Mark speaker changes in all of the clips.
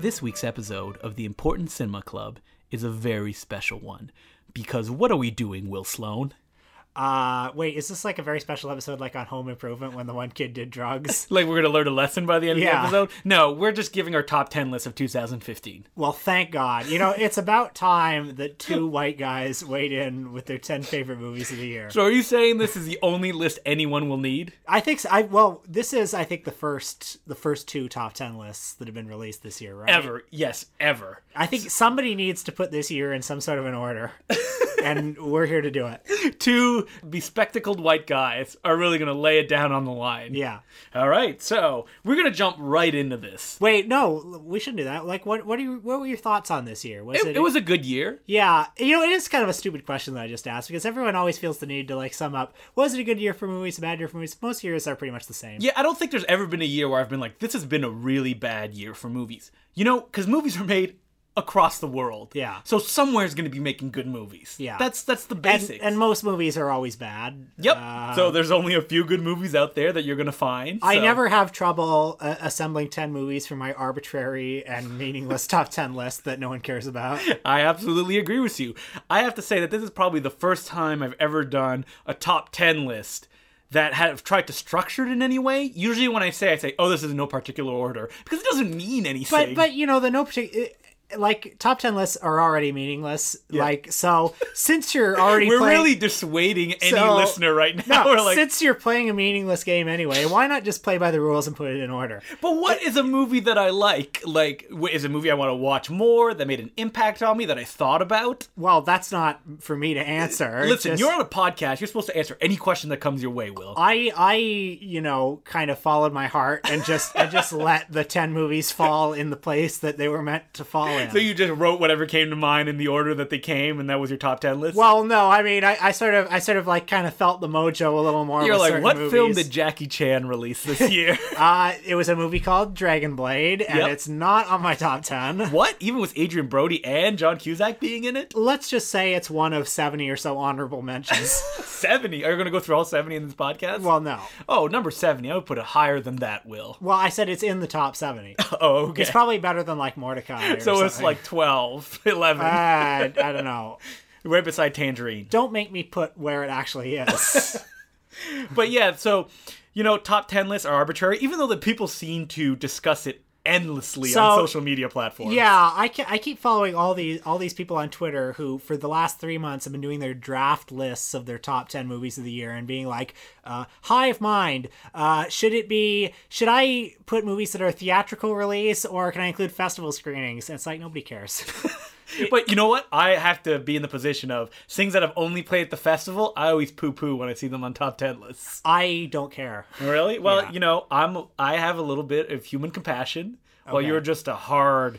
Speaker 1: This week's episode of the Important Cinema Club is a very special one because what are we doing, Will Sloan?
Speaker 2: Uh, wait, is this like a very special episode, like on Home Improvement, when the one kid did drugs?
Speaker 1: Like, we're going to learn a lesson by the end
Speaker 2: Yeah.
Speaker 1: of the episode? No, we're just giving our top 10 list of 2015.
Speaker 2: well, thank God. You know, it's about time that two white guys weighed in with their ten favorite movies of the year.
Speaker 1: So, are you saying this is the only list anyone will need?
Speaker 2: I think so. I well, this is I think the first the first two top ten lists that have been released this year, right?
Speaker 1: Ever. Yes, ever.
Speaker 2: I think somebody needs to put this year in some sort of an order, and we're here to do it.
Speaker 1: Two bespectacled white guys are really going to lay it down on the line.
Speaker 2: Yeah.
Speaker 1: All right, so we're going to jump right into this.
Speaker 2: Wait, no, we shouldn't do that. Like, what? What are you? What were your thoughts on this year? Was
Speaker 1: It, it was a good year.
Speaker 2: Yeah, you know, it is kind of a stupid question that I just asked because everyone always feels the need to like sum up. Was it a good year for movies? A bad year for movies? Most years are pretty much the same.
Speaker 1: Yeah, I don't think there's ever been a year where I've been like, this has been a really bad year for movies. You know, because movies are made across the world.
Speaker 2: Yeah.
Speaker 1: So somewhere's going to be making good movies.
Speaker 2: Yeah.
Speaker 1: That's that's the
Speaker 2: and,
Speaker 1: basics.
Speaker 2: and most movies are always bad.
Speaker 1: yep.
Speaker 2: Uh,
Speaker 1: so there's only a few good movies out there that you're going to find.
Speaker 2: I
Speaker 1: so-
Speaker 2: never have trouble uh, assembling ten movies for my arbitrary and meaningless top ten list that no one cares about.
Speaker 1: I absolutely agree with you. I have to say that this is probably the first time I've ever done a top 10 list that have tried to structure it in any way. Usually when I say I say, "Oh, this is in no particular order," because it doesn't mean anything.
Speaker 2: But but you know the no particular. Like top ten lists are already meaningless. Like so, since you're already
Speaker 1: we're
Speaker 2: playing,
Speaker 1: really dissuading any
Speaker 2: So-
Speaker 1: listener right now.
Speaker 2: no,
Speaker 1: we're like,
Speaker 2: since you're playing a meaningless game anyway, why not just play by the rules and put it in order?
Speaker 1: But what is a movie that I like? Like, wh- is a movie I want to watch more that made an impact on me that I thought about?
Speaker 2: Well, that's not for me to answer.
Speaker 1: Listen,
Speaker 2: Just-
Speaker 1: you're on a podcast. You're supposed to answer any question that comes your way, Will.
Speaker 2: I I you know kind of followed my heart and just I just let the ten movies fall in the place that they were meant to fall in.
Speaker 1: So you just wrote whatever came to mind in the order that they came, and that was your top ten list.
Speaker 2: well, no, I mean I, I sort of I sort of like kind of felt the mojo a little more.
Speaker 1: you're
Speaker 2: with
Speaker 1: like,
Speaker 2: certain
Speaker 1: what film
Speaker 2: movies.
Speaker 1: did Jackie Chan release this year?
Speaker 2: Uh, it was a movie called Dragon Blade, and
Speaker 1: Yep.
Speaker 2: it's not on my top ten.
Speaker 1: what? Even with Adrian Brody and John Cusack being in it?
Speaker 2: Let's just say it's one of seventy or so honorable mentions.
Speaker 1: Seventy? Are you going to go through all seventy in this podcast?
Speaker 2: well, no.
Speaker 1: oh, number seventy. I would put it higher than that, Will.
Speaker 2: Well, I said it's in the top seventy.
Speaker 1: Oh, okay.
Speaker 2: It's probably better than like Mordecai. Or
Speaker 1: so it's
Speaker 2: something.
Speaker 1: like 12, 11,
Speaker 2: Uh, I don't know.
Speaker 1: right beside Tangerine.
Speaker 2: don't make me put where it actually is.
Speaker 1: but yeah, so you know, top ten lists are arbitrary, even though the people seem to discuss it endlessly on
Speaker 2: So-
Speaker 1: social media platforms.
Speaker 2: yeah, I, ke- I keep following all these all these people on Twitter who, for the last three months, have been doing their draft lists of their top ten movies of the year and being like, uh, "High of mind, uh, should it be? Should I put movies that are theatrical release, or can I include festival screenings?" And it's like nobody cares.
Speaker 1: But you know what? I have to be in the position of things that I've only played at the festival. I always poo poo when I see them on top ten lists.
Speaker 2: I don't care.
Speaker 1: Really? Well,
Speaker 2: Yeah.
Speaker 1: you know, I'm I have a little bit of human compassion. While
Speaker 2: Okay.
Speaker 1: you're just a hard,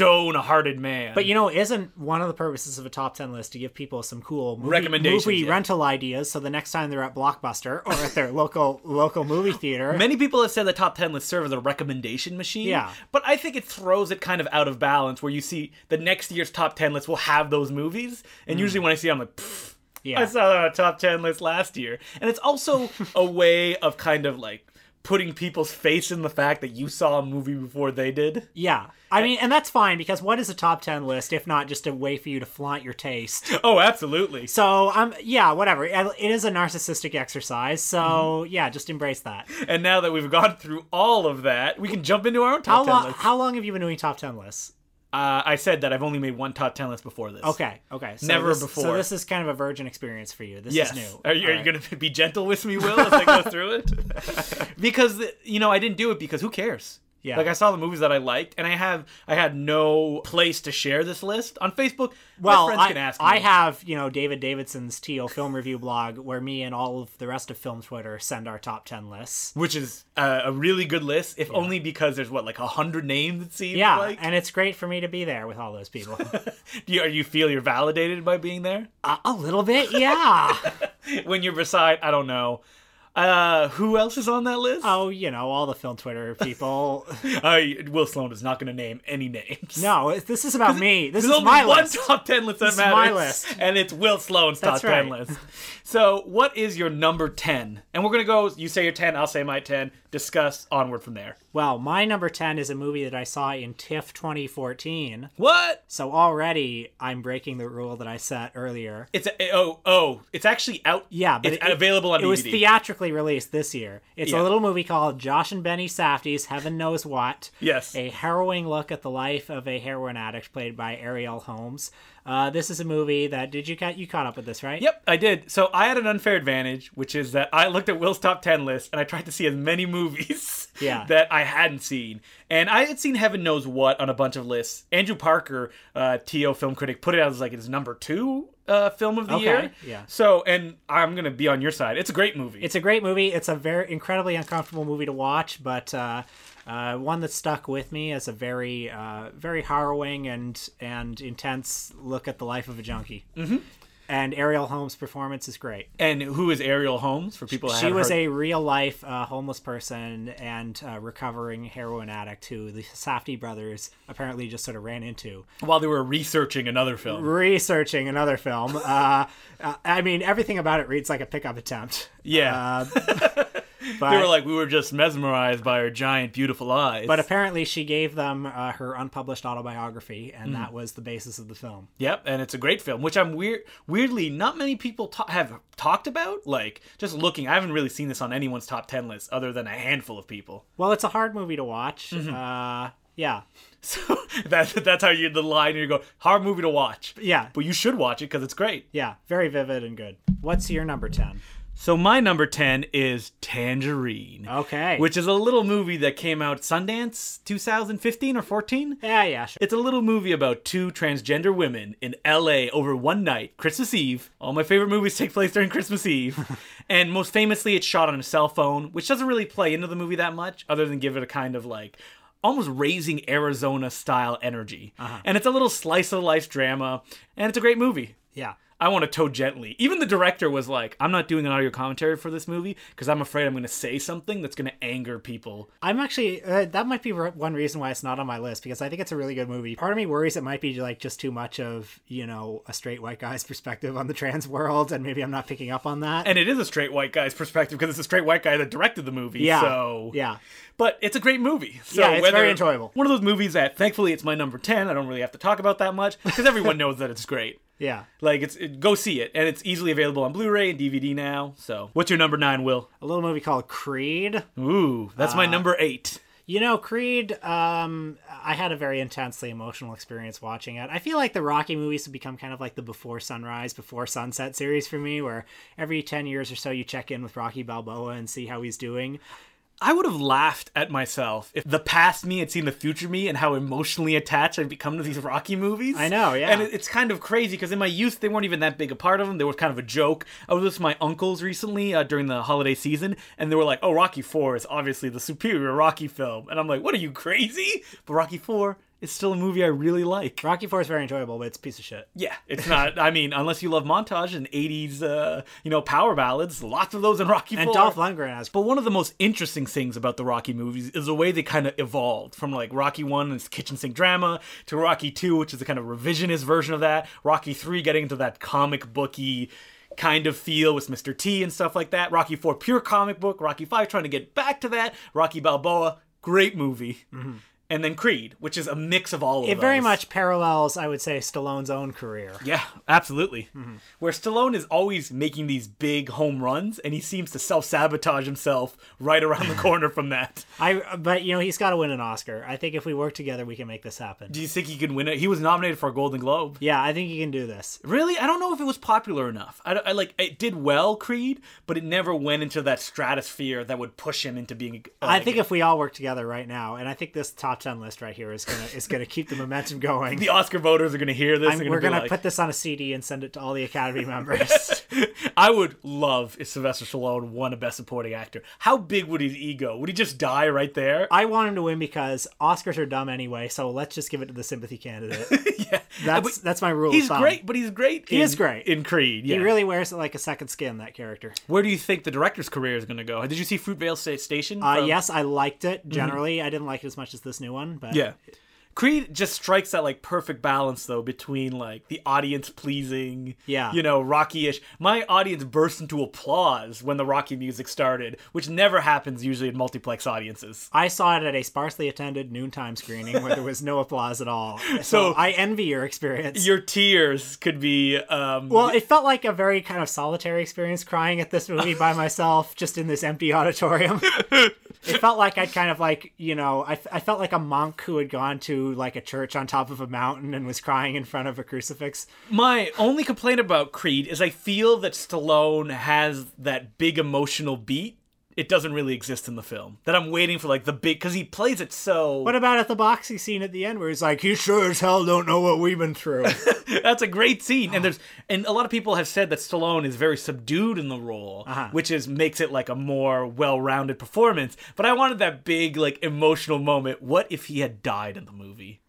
Speaker 1: stone-hearted man.
Speaker 2: But you know, isn't one of the purposes of a top ten list to give people some cool movie,
Speaker 1: Recommendations,
Speaker 2: movie
Speaker 1: yeah.
Speaker 2: rental ideas? So the next time they're at Blockbuster or at their local local movie theater,
Speaker 1: Many people have said the top 10 lists serve as a recommendation machine.
Speaker 2: Yeah.
Speaker 1: But I think it throws it kind of out of balance where you see the next year's top 10 list will have those movies. And usually when I see them, I'm like, "Pfft,
Speaker 2: Mm. yeah,
Speaker 1: I saw that on a top 10 list last year. And it's also a way of kind of like putting people's face in the fact that you saw a movie before they did.
Speaker 2: Yeah. I mean, and that's fine because what is a top 10 list if not just a way for you to flaunt your taste?
Speaker 1: Oh, absolutely.
Speaker 2: So, um, yeah, whatever. It it is a narcissistic exercise. So,
Speaker 1: Mm-hmm.
Speaker 2: yeah, just embrace that.
Speaker 1: And now that we've gone through all of that, we can jump into our own top
Speaker 2: How,
Speaker 1: 10
Speaker 2: long?
Speaker 1: list.
Speaker 2: how long have you been doing top 10 lists?
Speaker 1: Uh, I said that I've only made one top 10 list before this.
Speaker 2: Okay. Okay. So
Speaker 1: Never
Speaker 2: this-
Speaker 1: before.
Speaker 2: So, this is kind of a virgin experience for you. This
Speaker 1: Yes.
Speaker 2: is new.
Speaker 1: Are you,
Speaker 2: All
Speaker 1: are you
Speaker 2: right.
Speaker 1: going to be gentle with me, Will, as I go through it? because you know, I didn't do it because who cares?
Speaker 2: Yeah.
Speaker 1: Like I saw the movies that I liked, and I have I had no place to share this list on Facebook. my
Speaker 2: Well,
Speaker 1: friends
Speaker 2: I,
Speaker 1: can ask.
Speaker 2: I
Speaker 1: me.
Speaker 2: have, you know, David Davidson's Teal film review blog where me and all of the rest of Film Twitter send our top 10 lists.
Speaker 1: which is uh, a really good list, if only because there's what like a hundred names. It seems
Speaker 2: Yeah.
Speaker 1: like.
Speaker 2: And it's great for me to be there with all those people.
Speaker 1: do you, are you feel you're validated by being there
Speaker 2: a, a little bit. Yeah.
Speaker 1: when you're beside? I don't know. Uh, who else is on that list?
Speaker 2: Oh, you know, all the film Twitter people.
Speaker 1: I, Will Sloan is not going to name any names.
Speaker 2: no, this is about me. This
Speaker 1: There's
Speaker 2: is
Speaker 1: only
Speaker 2: my
Speaker 1: one
Speaker 2: list.
Speaker 1: top ten list that
Speaker 2: This is
Speaker 1: matters,
Speaker 2: my list.
Speaker 1: and it's Will Sloan's
Speaker 2: That's
Speaker 1: top ten
Speaker 2: right.
Speaker 1: list. So, what is your number ten? And we're gonna go. You say your ten, I'll say my ten. Discuss onward from there.
Speaker 2: Well, my number 10 is a movie that I saw in TIFF 2014.
Speaker 1: What?
Speaker 2: So already I'm breaking the rule that I set earlier.
Speaker 1: It's oh oh. It's actually out.
Speaker 2: Yeah, but
Speaker 1: it's
Speaker 2: it-
Speaker 1: available on
Speaker 2: It was
Speaker 1: DVD.
Speaker 2: theatrically released this year. It's
Speaker 1: Yeah.
Speaker 2: a little movie called Josh and Benny Safdie's Heaven Knows What.
Speaker 1: Yes.
Speaker 2: A harrowing look at the life of a heroin addict played by Ariel Holmes. Uh, this is a movie that did you ca- you caught up with this, right?
Speaker 1: Yep, I did. So I had an unfair advantage, which is that I looked at Will's top 10 list and I tried to see as many movies
Speaker 2: Yeah.
Speaker 1: that I hadn't seen. And I had seen Heaven Knows What on a bunch of lists. Andrew Parker, uh, TO film critic, put it out as like his number two uh, film of the
Speaker 2: Okay,
Speaker 1: year.
Speaker 2: yeah.
Speaker 1: So, and I'm going to be on your side. It's a great movie.
Speaker 2: It's a great movie. It's a very incredibly uncomfortable movie to watch, but uh, uh, one that stuck with me as a very uh, very harrowing and and intense look at the life of a junkie. Mm-hmm. And Ariel Holmes' performance is great.
Speaker 1: and who is Ariel Holmes for people that
Speaker 2: She
Speaker 1: haven't
Speaker 2: was
Speaker 1: heard-
Speaker 2: a real life uh, homeless person and uh, recovering heroin addict who the Safdie brothers apparently just sort of ran into
Speaker 1: while they were researching another film.
Speaker 2: researching another film. Uh, uh, I mean, everything about it reads like a pickup attempt.
Speaker 1: yeah.
Speaker 2: Uh,
Speaker 1: they were like, we were just mesmerized by her giant, beautiful eyes.
Speaker 2: But apparently, she gave them uh, her unpublished autobiography, and
Speaker 1: Hmm.
Speaker 2: that was the basis of the film.
Speaker 1: Yep, and it's a great film, which I'm weird, weirdly not many people ta- have talked about. Like just looking, I haven't really seen this on anyone's top ten list other than a handful of people.
Speaker 2: Well, it's a hard movie to watch.
Speaker 1: Mm-hmm.
Speaker 2: Uh, yeah,
Speaker 1: So that's that's how you the line you go hard movie to watch.
Speaker 2: yeah,
Speaker 1: But you should watch it because it's great.
Speaker 2: yeah. Very vivid and good. What's your number ten?
Speaker 1: So my number ten is Tangerine,
Speaker 2: Okay.
Speaker 1: which is a little movie that came out Sundance 2015 or 14.
Speaker 2: yeah, yeah, sure.
Speaker 1: It's a little movie about two transgender women in LA over one night, Christmas Eve. All my favorite movies take place during Christmas Eve. and most famously, it's shot on a cell phone, which doesn't really play into the movie that much, other than give it a kind of like almost raising Arizona style energy.
Speaker 2: Uh-huh.
Speaker 1: And it's a little slice of life drama, and it's a great movie.
Speaker 2: yeah.
Speaker 1: I want to toe gently. Even the director was like, I'm not doing an audio commentary for this movie because I'm afraid I'm going to say something that's going to anger people.
Speaker 2: I'm actually uh, that might be re- one reason why it's not on my list because I think it's a really good movie. Part of me worries it might be like just too much of you know a straight white guy's perspective on the trans world, and maybe I'm not picking up on that.
Speaker 1: And it is a straight white guy's perspective because it's a straight white guy that directed the movie.
Speaker 2: yeah,
Speaker 1: So
Speaker 2: yeah.
Speaker 1: But it's a great movie. So
Speaker 2: Yeah, it's
Speaker 1: whether-
Speaker 2: very enjoyable.
Speaker 1: One of those movies that, thankfully, it's my number ten. I don't really have to talk about that much because everyone knows that it's great.
Speaker 2: Yeah.
Speaker 1: Like it's it, go see it, and it's easily available on Blu-ray and DVD now. So what's your number nine, Will?
Speaker 2: A little movie called Creed.
Speaker 1: Ooh, that's
Speaker 2: Uh,
Speaker 1: my number eight.
Speaker 2: You know, Creed, um, I had a very intensely emotional experience watching it. I feel like the Rocky movies have become kind of like the before sunrise, before sunset series for me, where every 10 years or so you check in with Rocky Balboa and see how he's doing.
Speaker 1: I would have laughed at myself if the past me had seen the future me and how emotionally attached I've become to these Rocky movies.
Speaker 2: I know, yeah.
Speaker 1: And it- it's kind of crazy because in my youth they weren't even that big a part of them. They were kind of a joke. I was with my uncles recently uh, during the holiday season, and they were like, "Oh, Rocky Four is obviously the superior Rocky film," and I'm like, "What are you crazy?" But Rocky Four is still a movie I really like.
Speaker 2: Rocky 4 is very enjoyable, but it's a piece of shit.
Speaker 1: Yeah, it's not. I mean, unless you love montage and '80s, uh, you know, power ballads, lots of those in Rocky
Speaker 2: And
Speaker 1: Four.
Speaker 2: Dolph Lundgren has.
Speaker 1: But one of the most interesting things about the Rocky movies is the way they kind of evolved from like Rocky 1 and its kitchen sink drama to Rocky 2, which is a kind of revisionist version of that, Rocky 3 getting into that comic booky kind of feel with Mr. T and stuff like that, Rocky 4 pure comic book, Rocky 5 trying to get back to that, Rocky Balboa, great movie. And then Creed, which is a mix of all of
Speaker 2: Mm-hmm. It very
Speaker 1: those.
Speaker 2: much parallels, I would say, Stallone's own career.
Speaker 1: Yeah, absolutely.
Speaker 2: Mm-hmm.
Speaker 1: Where Stallone is always making these big home runs, and he seems to self sabotage himself right around the corner from that.
Speaker 2: I, but you know, he's got to win an Oscar. I think if we work together, we can make this happen.
Speaker 1: Do you think he could win it? He was nominated for a Golden Globe.
Speaker 2: Yeah, I think he can do this.
Speaker 1: Really, I don't know if it was popular enough. I, don't- I like it did well, Creed, but it never went into that stratosphere that would push him into being. a-
Speaker 2: I think if we all work together right now, and I think this top top ten list right here is gonna is gonna keep the momentum going.
Speaker 1: The Oscar voters are going to hear this.
Speaker 2: I'm-
Speaker 1: they're gonna
Speaker 2: we're
Speaker 1: be
Speaker 2: gonna
Speaker 1: like-
Speaker 2: put this on a CD and send it to all the Academy members.
Speaker 1: I would love if Sylvester Stallone won a Best Supporting Actor. How big would his ego? Would he just die right there?
Speaker 2: I want him to win because Oscars are dumb anyway, so let's just give it to the sympathy candidate.
Speaker 1: yeah,
Speaker 2: That's that's my rule.
Speaker 1: he's
Speaker 2: of thumb.
Speaker 1: great, but he's great. He
Speaker 2: is great.
Speaker 1: in Creed. Yeah.
Speaker 2: He really wears it like a second skin. That character.
Speaker 1: Where do you think the director's career is going to go? Did you see Fruitvale Sta- Station?
Speaker 2: Uh,
Speaker 1: from-
Speaker 2: yes, I liked it. Generally, I didn't like it as much as this new one, but
Speaker 1: Yeah. Creed just strikes that like perfect balance though between like the audience pleasing,
Speaker 2: Yeah.
Speaker 1: you know, Rocky-ish. My audience burst into applause when the Rocky music started, which never happens usually in multiplex audiences.
Speaker 2: I saw it at a sparsely attended noontime screening where there was no applause at all. So,
Speaker 1: So-
Speaker 2: I envy your experience.
Speaker 1: Your tears could be um
Speaker 2: well, it felt like a very kind of solitary experience crying at this movie by myself, just in this empty auditorium. it felt like I'd kind of like, you know, I, I felt like a monk who had gone to like a church on top of a mountain and was crying in front of a crucifix.
Speaker 1: My only complaint about Creed is I feel that Stallone has that big emotional beat. It doesn't really exist in the film. That I'm waiting for like the big because he plays it so.
Speaker 2: What about at the boxing scene at the end where he's like, you sure as hell don't know what we've been through?
Speaker 1: That's a great scene,
Speaker 2: Oh.
Speaker 1: and there's and a lot of people have said that Stallone is very subdued in the role,
Speaker 2: Uh-huh.
Speaker 1: which is makes it like a more well-rounded performance. But I wanted that big like emotional moment. What if he had died in the movie?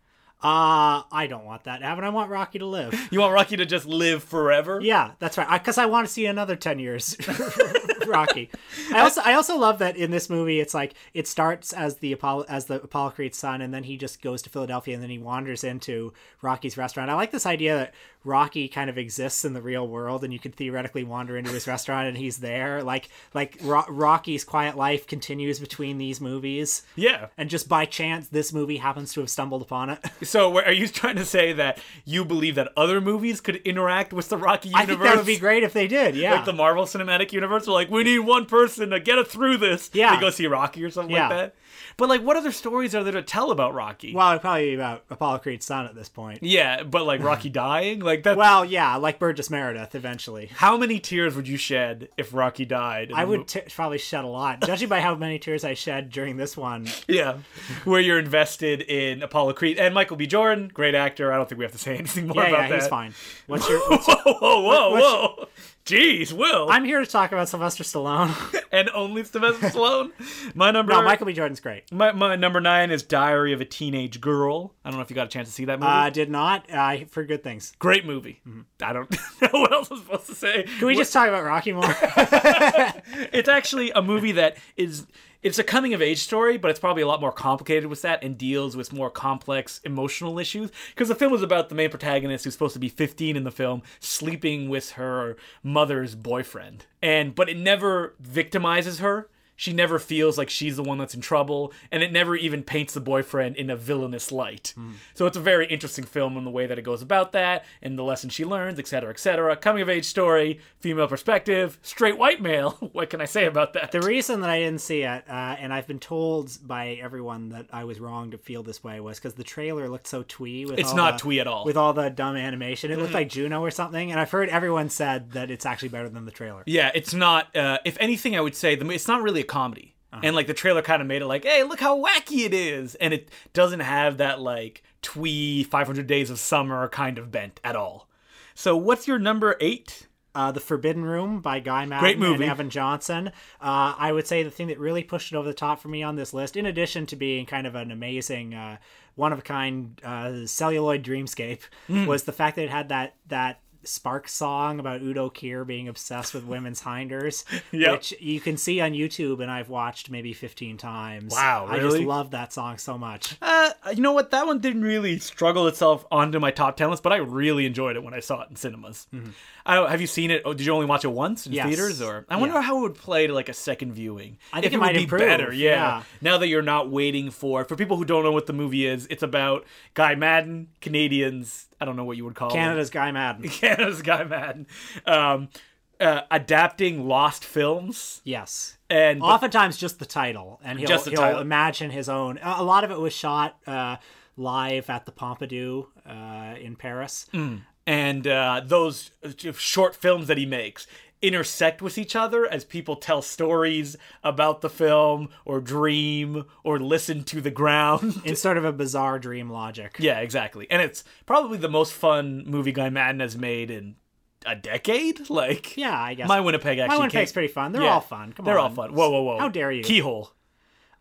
Speaker 2: Uh, I don't want that to happen. I want Rocky to live.
Speaker 1: You want Rocky to just live forever?
Speaker 2: Yeah, that's right. Because I, want to see another ten years, Rocky. I also I also love that in this movie, it's like it starts as the Apollo as the Apollo Creed's son, and then he just goes to Philadelphia, and then he wanders into Rocky's restaurant. I like this idea that Rocky kind of exists in the real world, and you could theoretically wander into his restaurant, and he's there. Like like Ro- Rocky's quiet life continues between these movies.
Speaker 1: Yeah.
Speaker 2: And just by chance, this movie happens to have stumbled upon it.
Speaker 1: So where- are you trying to say that you believe that other movies could interact with the Rocky universe?
Speaker 2: I think that would be great if they did. Yeah,
Speaker 1: Like the Marvel Cinematic Universe, are like, we need one person to get us through this.
Speaker 2: Yeah.
Speaker 1: They go see Rocky or something
Speaker 2: Yeah.
Speaker 1: like that. But like, what other stories are there to tell about Rocky?
Speaker 2: well, it'd probably be about Apollo Creed's son at this point.
Speaker 1: Yeah, but like Rocky dying, like that.
Speaker 2: Well, yeah, like Burgess Meredith eventually.
Speaker 1: How many tears would you shed if Rocky died?
Speaker 2: I would t- probably shed a lot, judging by how many tears I shed during this one.
Speaker 1: yeah, where you're invested in Apollo Creed and Michael B. Jordan, great actor. I don't think we have to say anything more
Speaker 2: Yeah,
Speaker 1: about
Speaker 2: yeah,
Speaker 1: that.
Speaker 2: he's fine. What's your?
Speaker 1: Whoa, whoa, whoa,
Speaker 2: what's your-
Speaker 1: whoa! Jeez, Will,
Speaker 2: I'm here to talk about Sylvester Stallone.
Speaker 1: and only Sylvester Stallone. My number,
Speaker 2: no, Michael B. Jordan's great. Uh,
Speaker 1: my, my number nine is Diary of a Teenage Girl. I don't know if you got a chance to see that movie.
Speaker 2: Uh, did not uh, for good things.
Speaker 1: great movie. I don't know what else I'm supposed to say.
Speaker 2: Can we just talk about Rocky more?
Speaker 1: it's actually a movie that is it's a coming of age story but it's probably a lot more complicated with that and deals with more complex emotional issues because the film is about the main protagonist who's supposed to be 15 in the film sleeping with her mother's boyfriend and but it never victimizes her she never feels like she's the one that's in trouble and it never even paints the boyfriend in a villainous light so it's a very interesting film in the way that it goes about that and the lesson she learns etc etc coming of age story female perspective straight white male what can i say about that
Speaker 2: the reason that I didn't see it, uh, and I've been told by everyone that I was wrong to feel this way, was because the trailer looked so twee. With
Speaker 1: it's
Speaker 2: all
Speaker 1: not
Speaker 2: the-
Speaker 1: twee at all Mm-hmm.
Speaker 2: With all the dumb animation, it looked like Juno or something, and I've heard everyone said that it's actually better than the trailer.
Speaker 1: yeah it's not uh, if anything i would say the, mo- it's not really a comedy and like the trailer kind of made it like hey look how wacky it is and it doesn't have that like twee 500 days of summer kind of bent at all so what's your number eight
Speaker 2: uh, The Forbidden Room by Guy Madden
Speaker 1: Great movie.
Speaker 2: and Evan Johnson. Uh, I would say the thing that really pushed it over the top for me on this list, in addition to being kind of an amazing, uh, one of a kind uh, celluloid dreamscape,
Speaker 1: Hmm.
Speaker 2: was the fact that it had that that Spark song about Udo Kier being obsessed with women's hinders,
Speaker 1: Yep.
Speaker 2: which you can see on YouTube, and I've watched maybe 15 times.
Speaker 1: Wow,
Speaker 2: I just
Speaker 1: really?
Speaker 2: love that song so much.
Speaker 1: Uh, you know what? That one didn't really struggle itself onto my top ten list, but I really enjoyed it when I saw it in cinemas. I don't, have you seen it? Oh, did you only watch it once in
Speaker 2: Mm-hmm. Yes.
Speaker 1: theaters? Or I wonder how it would play to like a second viewing.
Speaker 2: I think
Speaker 1: If
Speaker 2: it
Speaker 1: would
Speaker 2: might
Speaker 1: be
Speaker 2: improve,
Speaker 1: better. Yeah.
Speaker 2: yeah.
Speaker 1: Now that you're not waiting for for people who don't know what the movie is, it's about Guy Madden, Canadians. I don't know what you would call them.
Speaker 2: Canada's Guy Madden.
Speaker 1: Canada's Guy Madden, um, uh, adapting lost films
Speaker 2: Yes.
Speaker 1: and
Speaker 2: oftentimes just the title and he'll,
Speaker 1: Just the
Speaker 2: he'll
Speaker 1: title.
Speaker 2: imagine his own a a lot of it was shot uh, live at the pompidou uh, in paris
Speaker 1: Mm. and uh, those short uh, films that he makes. intersect with each other as people tell stories about the film or dream or listen to the ground.
Speaker 2: in sort of a bizarre dream logic.
Speaker 1: yeah, exactly. And it's probably the most fun movie Guy Madden has made in a decade. Like,
Speaker 2: Yeah, I guess.
Speaker 1: My Winnipeg actually.
Speaker 2: My Winnipeg's
Speaker 1: came-
Speaker 2: pretty fun. They're
Speaker 1: Yeah.
Speaker 2: all fun. Come
Speaker 1: They're all
Speaker 2: on.
Speaker 1: fun. Whoa, whoa, whoa!
Speaker 2: How dare you?
Speaker 1: Keyhole.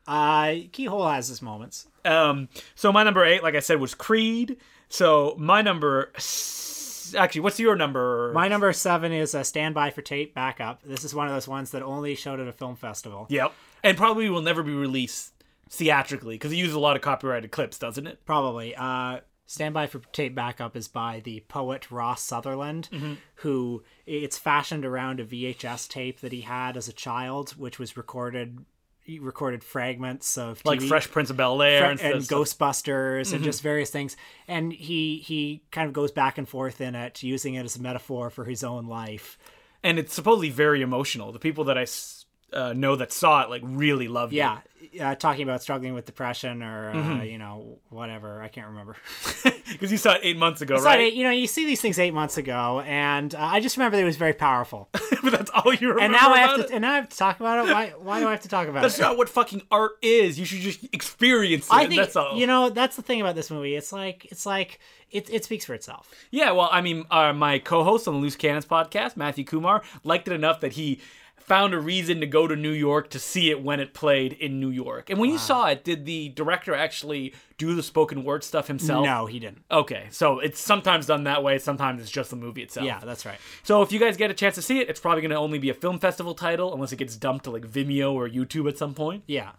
Speaker 2: uh, Keyhole has his moments.
Speaker 1: Um, so my number eight, like I said, was Creed. So my number, s- actually, what's your number?
Speaker 2: My number seven is uh, Stand By for Tape Backup. This is one of those ones that only showed at a film festival.
Speaker 1: Yep. And probably will never be released theatrically because it uses a lot of copyrighted clips, doesn't it?
Speaker 2: Probably. Uh, Stand By for Tape Backup is by the poet Ross Sutherland,
Speaker 1: Mm-hmm.
Speaker 2: who it's fashioned around a VHS tape that he had as a child, which was recorded. He recorded fragments of
Speaker 1: Like
Speaker 2: TV
Speaker 1: Fresh Prince of Bel Air
Speaker 2: Fre-
Speaker 1: and, Mm-hmm.
Speaker 2: and
Speaker 1: stuff.
Speaker 2: Ghostbusters and just various things. And he he kind of goes back and forth in it, using it as a metaphor for his own life.
Speaker 1: And it's supposedly very emotional. The people that I s- uh, know that saw it like really loved it.
Speaker 2: Yeah, uh, talking about struggling with depression or uh,
Speaker 1: Mm-hmm.
Speaker 2: you know whatever. I can't remember.
Speaker 1: because you saw it eight months ago,
Speaker 2: But
Speaker 1: right?
Speaker 2: you know, you see these things eight months ago, and uh, I just remember that it was very powerful.
Speaker 1: but that's all you remember.
Speaker 2: And now I have
Speaker 1: about
Speaker 2: to.
Speaker 1: it?
Speaker 2: And now I have to talk about it. Why? Why do I have to talk about
Speaker 1: That's
Speaker 2: it?
Speaker 1: not what fucking art is. You should just experience it.
Speaker 2: I think
Speaker 1: that's all.
Speaker 2: you know. That's the thing about this movie. It's like it's like it. It speaks for itself.
Speaker 1: Yeah, well, I mean, uh, my co-host on the Loose Cannons podcast, Matthew Kumar, liked it enough that he found a reason to go to New York to see it when it played in New York. And when you saw it, did the director actually do the spoken word stuff himself?
Speaker 2: No, he didn't.
Speaker 1: Okay, so it's sometimes done that way. Sometimes it's just the movie itself.
Speaker 2: Yeah, that's right.
Speaker 1: So if you guys get a chance to see it, it's probably going to only be a film festival title unless it gets dumped to like Vimeo or YouTube at some point.
Speaker 2: Yeah,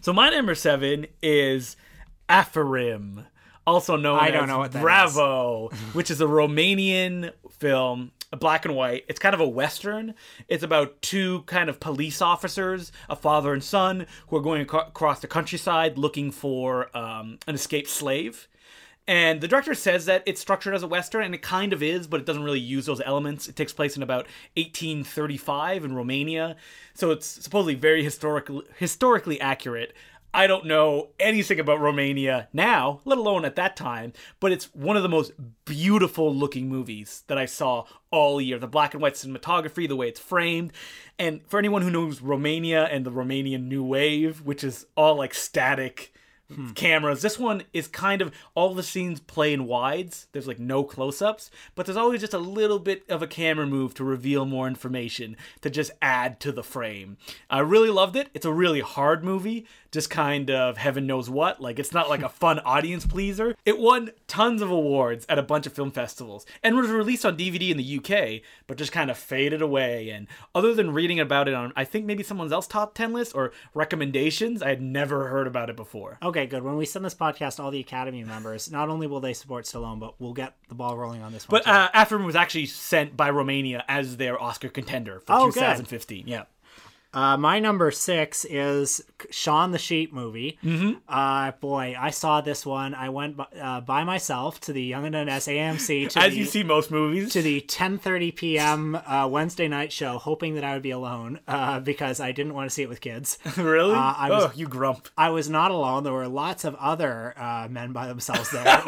Speaker 1: So my number seven is Apharim, also known
Speaker 2: I don't
Speaker 1: as
Speaker 2: know what that
Speaker 1: Bravo, which is a Romanian film, black and white. It's kind of a western. It's about two kind of police officers, a father and son, who are going aco- across the countryside looking for um, an escaped slave. And the director says that it's structured as a western, and it kind of is, but it doesn't really use those elements. It takes place in about 1835 in Romania, so it's supposedly very historically historically accurate. I don't know anything about Romania now, let alone at that time, but it's one of the most beautiful looking movies that I saw all year. The black and white cinematography, the way it's framed, and for anyone who knows Romania and the Romanian New Wave, which is all like static cameras. This one is kind of all the scenes play in wides. There's like no close ups, but there's always just a little bit of a camera move to reveal more information, to just add to the frame. I really loved it. It's a really hard movie, just kind of heaven knows what. Like, it's not like a fun audience pleaser. It won tons of awards at a bunch of film festivals and was released on DVD in the UK, but just kind of faded away. And other than reading about it on, I think maybe someone else's top 10 list or recommendations, I had never heard about it before.
Speaker 2: Okay, good. When we send this podcast, to all the Academy members, not only will they support Stallone, but we'll get the ball rolling on this one.
Speaker 1: But uh, Afrin was actually sent by Romania as their Oscar contender for
Speaker 2: Oh, good.
Speaker 1: 2015. Yeah.
Speaker 2: too. Uh, my number six is Sean the Sheep movie. Mm-hmm. Uh, boy, I saw this one. I went by, uh, by myself to the Young and Dundas AMC to
Speaker 1: As
Speaker 2: the,
Speaker 1: you see most movies.
Speaker 2: to the 10:30 p.m. Uh, Wednesday night show, hoping that I would be alone uh, because I didn't want to see it with kids.
Speaker 1: really?
Speaker 2: I was-
Speaker 1: oh, you grump.
Speaker 2: I was not alone. There were lots of other uh, men by themselves there,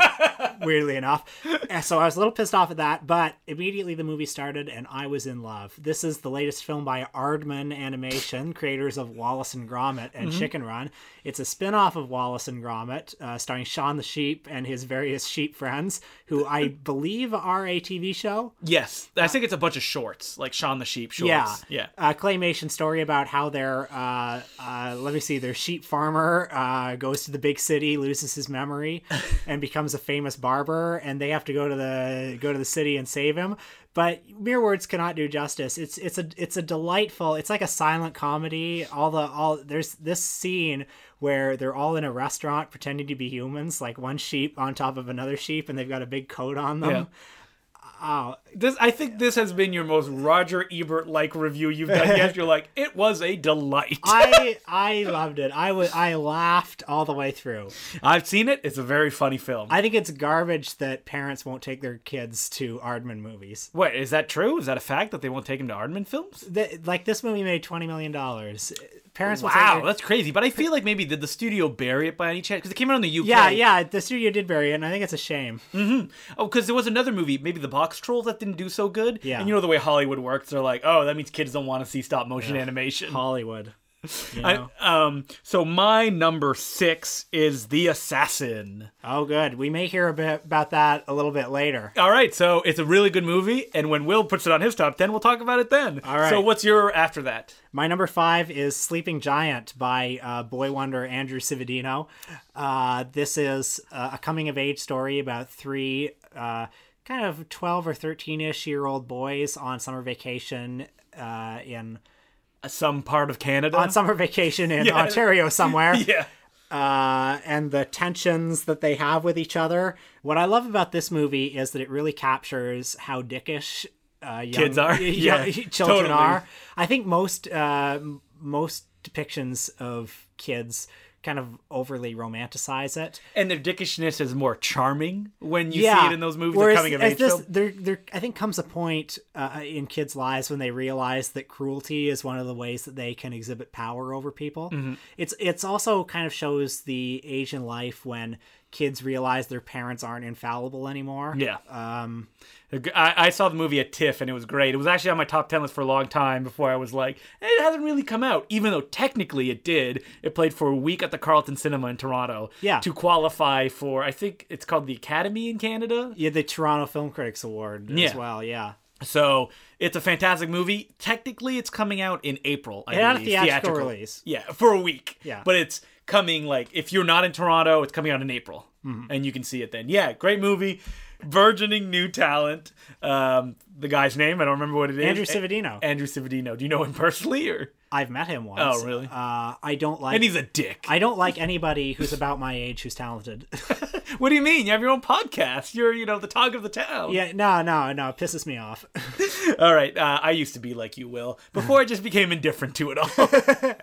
Speaker 2: weirdly enough. And So I was a little pissed off at that, but immediately the movie started and I was in love. This is the latest film by Aardman Animation, creators of Wallace and Gromit and Chicken Run. It's a spin off of Wallace and Gromit, uh, starring Sean the Sheep and his various sheep friends, who I believe are a TV show.
Speaker 1: Yes. I think it's a bunch of shorts, like Shaun the Sheep shorts.
Speaker 2: Yeah,
Speaker 1: Yeah.
Speaker 2: A claymation story about how their uh, uh, let me see, their sheep farmer uh, goes to the big city, loses his memory, and becomes a famous barber, and they have to go to the go to the city and save him. But mere words cannot do justice. It's it's a it's a delightful. It's like a silent comedy. All the all there's this scene where they're all in a restaurant pretending to be humans, like one sheep on top of another sheep, and they've got a big coat on them.
Speaker 1: Yeah. Um, uh, This, I think this has been your most Roger Ebert like review you've done yet. You're like, it was a delight.
Speaker 2: I I loved it. I was I laughed all the way through.
Speaker 1: I've seen it. It's a very funny film.
Speaker 2: I think it's garbage that parents won't take their kids to Aardman movies.
Speaker 1: What, is that true? Is that a fact that they won't take him to Aardman films?
Speaker 2: Th like this movie made twenty million dollars. parents will
Speaker 1: Wow,
Speaker 2: take it.
Speaker 1: that's crazy. But I feel like maybe did the studio bury it by any chance? Because it came out in the UK.
Speaker 2: Yeah, yeah, the studio did bury it, and I think it's a shame.
Speaker 1: Oh, because there was another movie, maybe The Box Trolls, that didn't do so good.
Speaker 2: Yeah.
Speaker 1: And you know the way Hollywood works, they're like, oh, that means kids don't want to see stop motion animation.
Speaker 2: Hollywood. You
Speaker 1: I-
Speaker 2: know?
Speaker 1: um, so my number six is The Assassin.
Speaker 2: oh, good. We may hear a bit about that a little bit later.
Speaker 1: All right, so it's a really good movie, and when Will puts it on his top ten, we'll talk about it then. All
Speaker 2: right.
Speaker 1: So what's your after that?
Speaker 2: My number five is Sleeping Giant by uh, boy wonder Andrew Civadino. Uh, this is uh, a coming of age story about three uh, kind of 12 or 13 ish year old boys on summer vacation uh, in
Speaker 1: Uh, Some part of Canada.
Speaker 2: on summer vacation in Ontario somewhere.
Speaker 1: Um, yeah.
Speaker 2: uh, and the tensions that they have with each other. What I love about this movie is that it really captures how dickish uh, young,
Speaker 1: Kids are?
Speaker 2: young-
Speaker 1: Yeah,
Speaker 2: children
Speaker 1: totally.
Speaker 2: are. I think most uh, m- most depictions of kids kind of overly romanticize it.
Speaker 1: And their dickishness is more charming when you see it in those movies. the
Speaker 2: Whereas
Speaker 1: coming of
Speaker 2: as
Speaker 1: age
Speaker 2: this-
Speaker 1: film.
Speaker 2: There, there, I think comes a point uh, in kids' lives when they realize that cruelty is one of the ways that they can exhibit power over people.
Speaker 1: Mm-hmm.
Speaker 2: It's it's also kind of shows the Asian life when kids realize their parents aren't infallible anymore.
Speaker 1: Yeah. Um, I, I saw the movie at TIFF and it was great. It was actually on my top 10 list for a long time before I was like, "Eh, it hasn't really come out, even though technically it did. It played for a week at the Carlton Cinema in Toronto
Speaker 2: Yeah.
Speaker 1: to qualify for, I think it's called the Academy in Canada.
Speaker 2: Yeah, the Toronto Film Critics Award as
Speaker 1: Yeah.
Speaker 2: well. Yeah.
Speaker 1: So it's a fantastic movie. Technically, it's coming out in April. I
Speaker 2: It had a
Speaker 1: believe,
Speaker 2: theatrical release.
Speaker 1: Yeah, for a week.
Speaker 2: Yeah.
Speaker 1: But it's coming, like, if you're not in Toronto, it's coming out in April.
Speaker 2: Mm-hmm.
Speaker 1: And you can see it then. Yeah, great movie. Burgeoning new talent. Um, the guy's name, I don't remember what it is.
Speaker 2: Andrew
Speaker 1: A-
Speaker 2: Civadino.
Speaker 1: Andrew Civadino. Do you know him personally? or
Speaker 2: I've met him once.
Speaker 1: Oh, really?
Speaker 2: Uh, I don't like.
Speaker 1: And he's a dick.
Speaker 2: I don't like anybody who's about my age who's talented.
Speaker 1: what do you mean? You have your own podcast. You're, you know, the talk of the town.
Speaker 2: yeah, no, no, no. It pisses me off.
Speaker 1: All right, uh, I used to be like you, Will, before I just became indifferent to it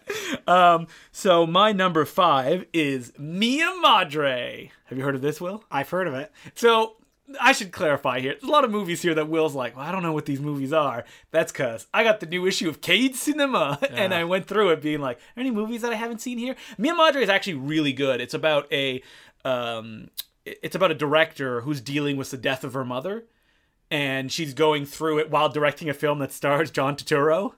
Speaker 1: all. um, so my number five is Mia Madre. Have you heard of this, Will?
Speaker 2: I've heard of it.
Speaker 1: So I should clarify here. There's a lot of movies here that Will's like, well, I don't know what these movies are. That's because I got the new issue of Cade Cinema and I went through it being like, are there any movies that I haven't seen here? Mia Madre is actually really good. It's about a um, it- it's about a director who's dealing with the death of her mother. And she's going through it while directing a film that stars John Turturro,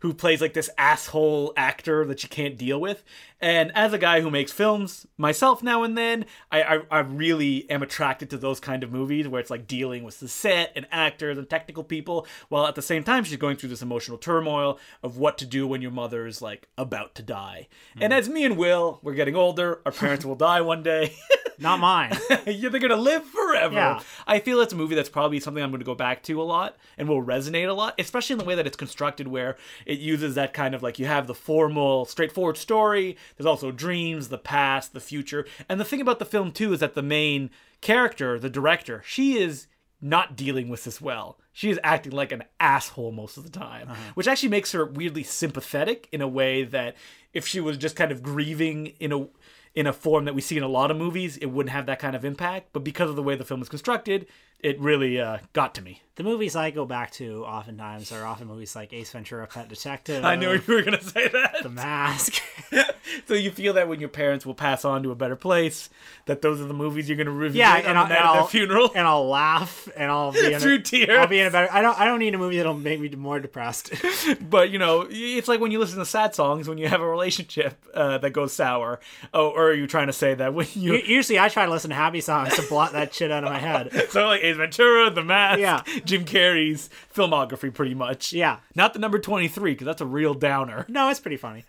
Speaker 1: who plays like this asshole actor that she can't deal with. And as a guy who makes films myself now and then, I, I, I really am attracted to those kind of movies where it's like dealing with the set and actors and technical people, while at the same time she's going through this emotional turmoil of what to do when your mother's like about to die. And as me and Will, we're getting older, our parents will die one day.
Speaker 2: Not mine.
Speaker 1: Yeah, they're gonna live forever.
Speaker 2: Yeah.
Speaker 1: I feel it's a movie that's probably something I'm gonna go back to a lot and will resonate a lot, especially in the way that it's constructed, where it uses that kind of like you have the formal, straightforward story. There's also dreams, the past, the future, and the thing about the film too is that the main character, the director, she is not dealing with this well. She is acting like an asshole most of the time,
Speaker 2: Uh-huh.
Speaker 1: which actually makes her weirdly sympathetic in a way that if she was just kind of grieving in a in a form that we see in a lot of movies, it wouldn't have that kind of impact. But because of the way the film is constructed, it really uh, got to me.
Speaker 2: The movies I go back to oftentimes are often movies like Ace Ventura, Pet Detective.
Speaker 1: I knew you were gonna say
Speaker 2: Uh, The
Speaker 1: that.
Speaker 2: Mask.
Speaker 1: so you feel that when your parents will pass on to a better place, that those are the movies you're gonna review
Speaker 2: Yeah,
Speaker 1: on
Speaker 2: and
Speaker 1: the
Speaker 2: I'll,
Speaker 1: night
Speaker 2: and
Speaker 1: of their
Speaker 2: I'll
Speaker 1: funeral.
Speaker 2: and I'll laugh and I'll be in a-
Speaker 1: Through
Speaker 2: I'll
Speaker 1: tears.
Speaker 2: be in a better. I don't. I don't need a movie that'll make me more depressed.
Speaker 1: but you know, it's like when you listen to sad songs when you have a relationship uh, that goes sour. Oh, or are you trying to say that when you?
Speaker 2: U- Usually, I try to listen to happy songs to blot that shit out of my head.
Speaker 1: so like Ace Ventura, The Mask,
Speaker 2: Yeah.
Speaker 1: Jim Carrey's filmography, pretty much.
Speaker 2: Yeah.
Speaker 1: Not the number twenty three because that's a real downer.
Speaker 2: No, it's pretty funny.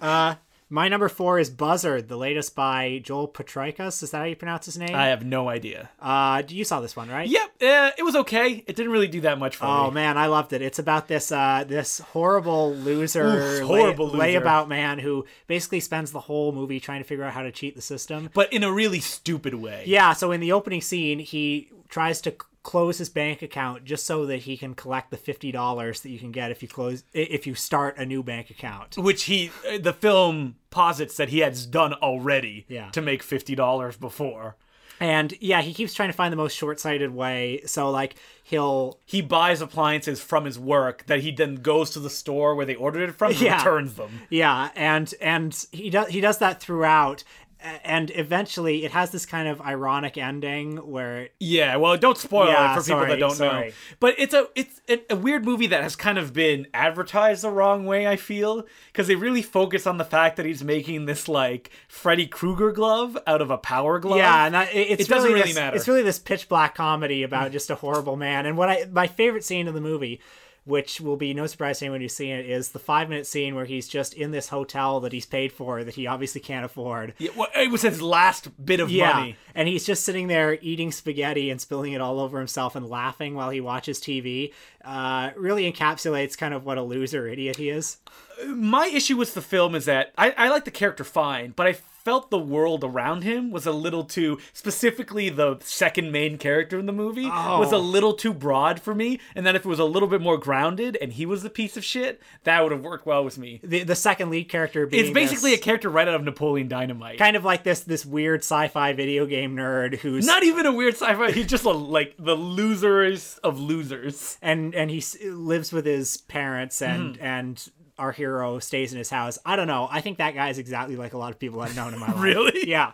Speaker 2: Uh, my number four is Buzzard, the latest by Joel Petrikis. Is that how you pronounce his name?
Speaker 1: I have no idea.
Speaker 2: Uh, you saw this one, right?
Speaker 1: Yep, uh, it was okay. It didn't really do that much for
Speaker 2: Oh
Speaker 1: me.
Speaker 2: man, I loved it. It's about this uh, this horrible loser,
Speaker 1: Oof, horrible
Speaker 2: lay,
Speaker 1: loser.
Speaker 2: layabout man who basically spends the whole movie trying to figure out how to cheat the system.
Speaker 1: But in a really stupid way.
Speaker 2: Yeah, so in the opening scene, he tries to c- close his bank account just so that he can collect the fifty dollars that you can get if you close i- if you start a new bank account.
Speaker 1: Which he, uh, the film posits that he has done already
Speaker 2: Yeah.
Speaker 1: to make fifty dollars before.
Speaker 2: And yeah, he keeps trying to find the most short-sighted way. So like he'll
Speaker 1: He buys appliances from his work that he then goes to the store where they ordered it from and
Speaker 2: Yeah.
Speaker 1: returns them.
Speaker 2: yeah, and and he does he does that throughout. A- And eventually, it has this kind of ironic ending where
Speaker 1: Yeah, well, don't spoil
Speaker 2: Yeah,
Speaker 1: it for people
Speaker 2: sorry,
Speaker 1: that don't know.
Speaker 2: sorry.
Speaker 1: But it's a it's a, a weird movie that has kind of been advertised the wrong way. I feel because they really focus on the fact that he's making this like Freddy Krueger glove out of a power glove.
Speaker 2: Yeah, and that, it, it's
Speaker 1: It doesn't
Speaker 2: really
Speaker 1: really
Speaker 2: this,
Speaker 1: matter.
Speaker 2: It's really this pitch black comedy about just a horrible man. And what I my favorite scene in the movie, which will be no surprise to anyone who's seen it, is the five minute scene where he's just in this hotel that he's paid for that he obviously can't afford.
Speaker 1: Yeah, well, it was his last bit of
Speaker 2: Yeah,
Speaker 1: money.
Speaker 2: and he's just sitting there eating spaghetti and spilling it all over himself and laughing while he watches TV. Uh, really encapsulates kind of what a loser idiot he is.
Speaker 1: My issue with the film is that I, I like the character fine, but I felt the world around him was a little too specifically the second main character in the movie was a little too broad for me and then if it was a little bit more grounded and he was the piece of shit that would have worked well with me
Speaker 2: The the second lead character being
Speaker 1: It's basically
Speaker 2: this-
Speaker 1: a character right out of Napoleon Dynamite.
Speaker 2: kind of like this this weird sci-fi video game nerd who's
Speaker 1: Not even a weird sci-fi. He's just a, like the losers of losers.
Speaker 2: and and he s- lives with his parents and
Speaker 1: Mm-hmm.
Speaker 2: and our hero stays in his house. I don't know. I think that guy is exactly like a lot of people I've known in my life.
Speaker 1: Really?
Speaker 2: Yeah.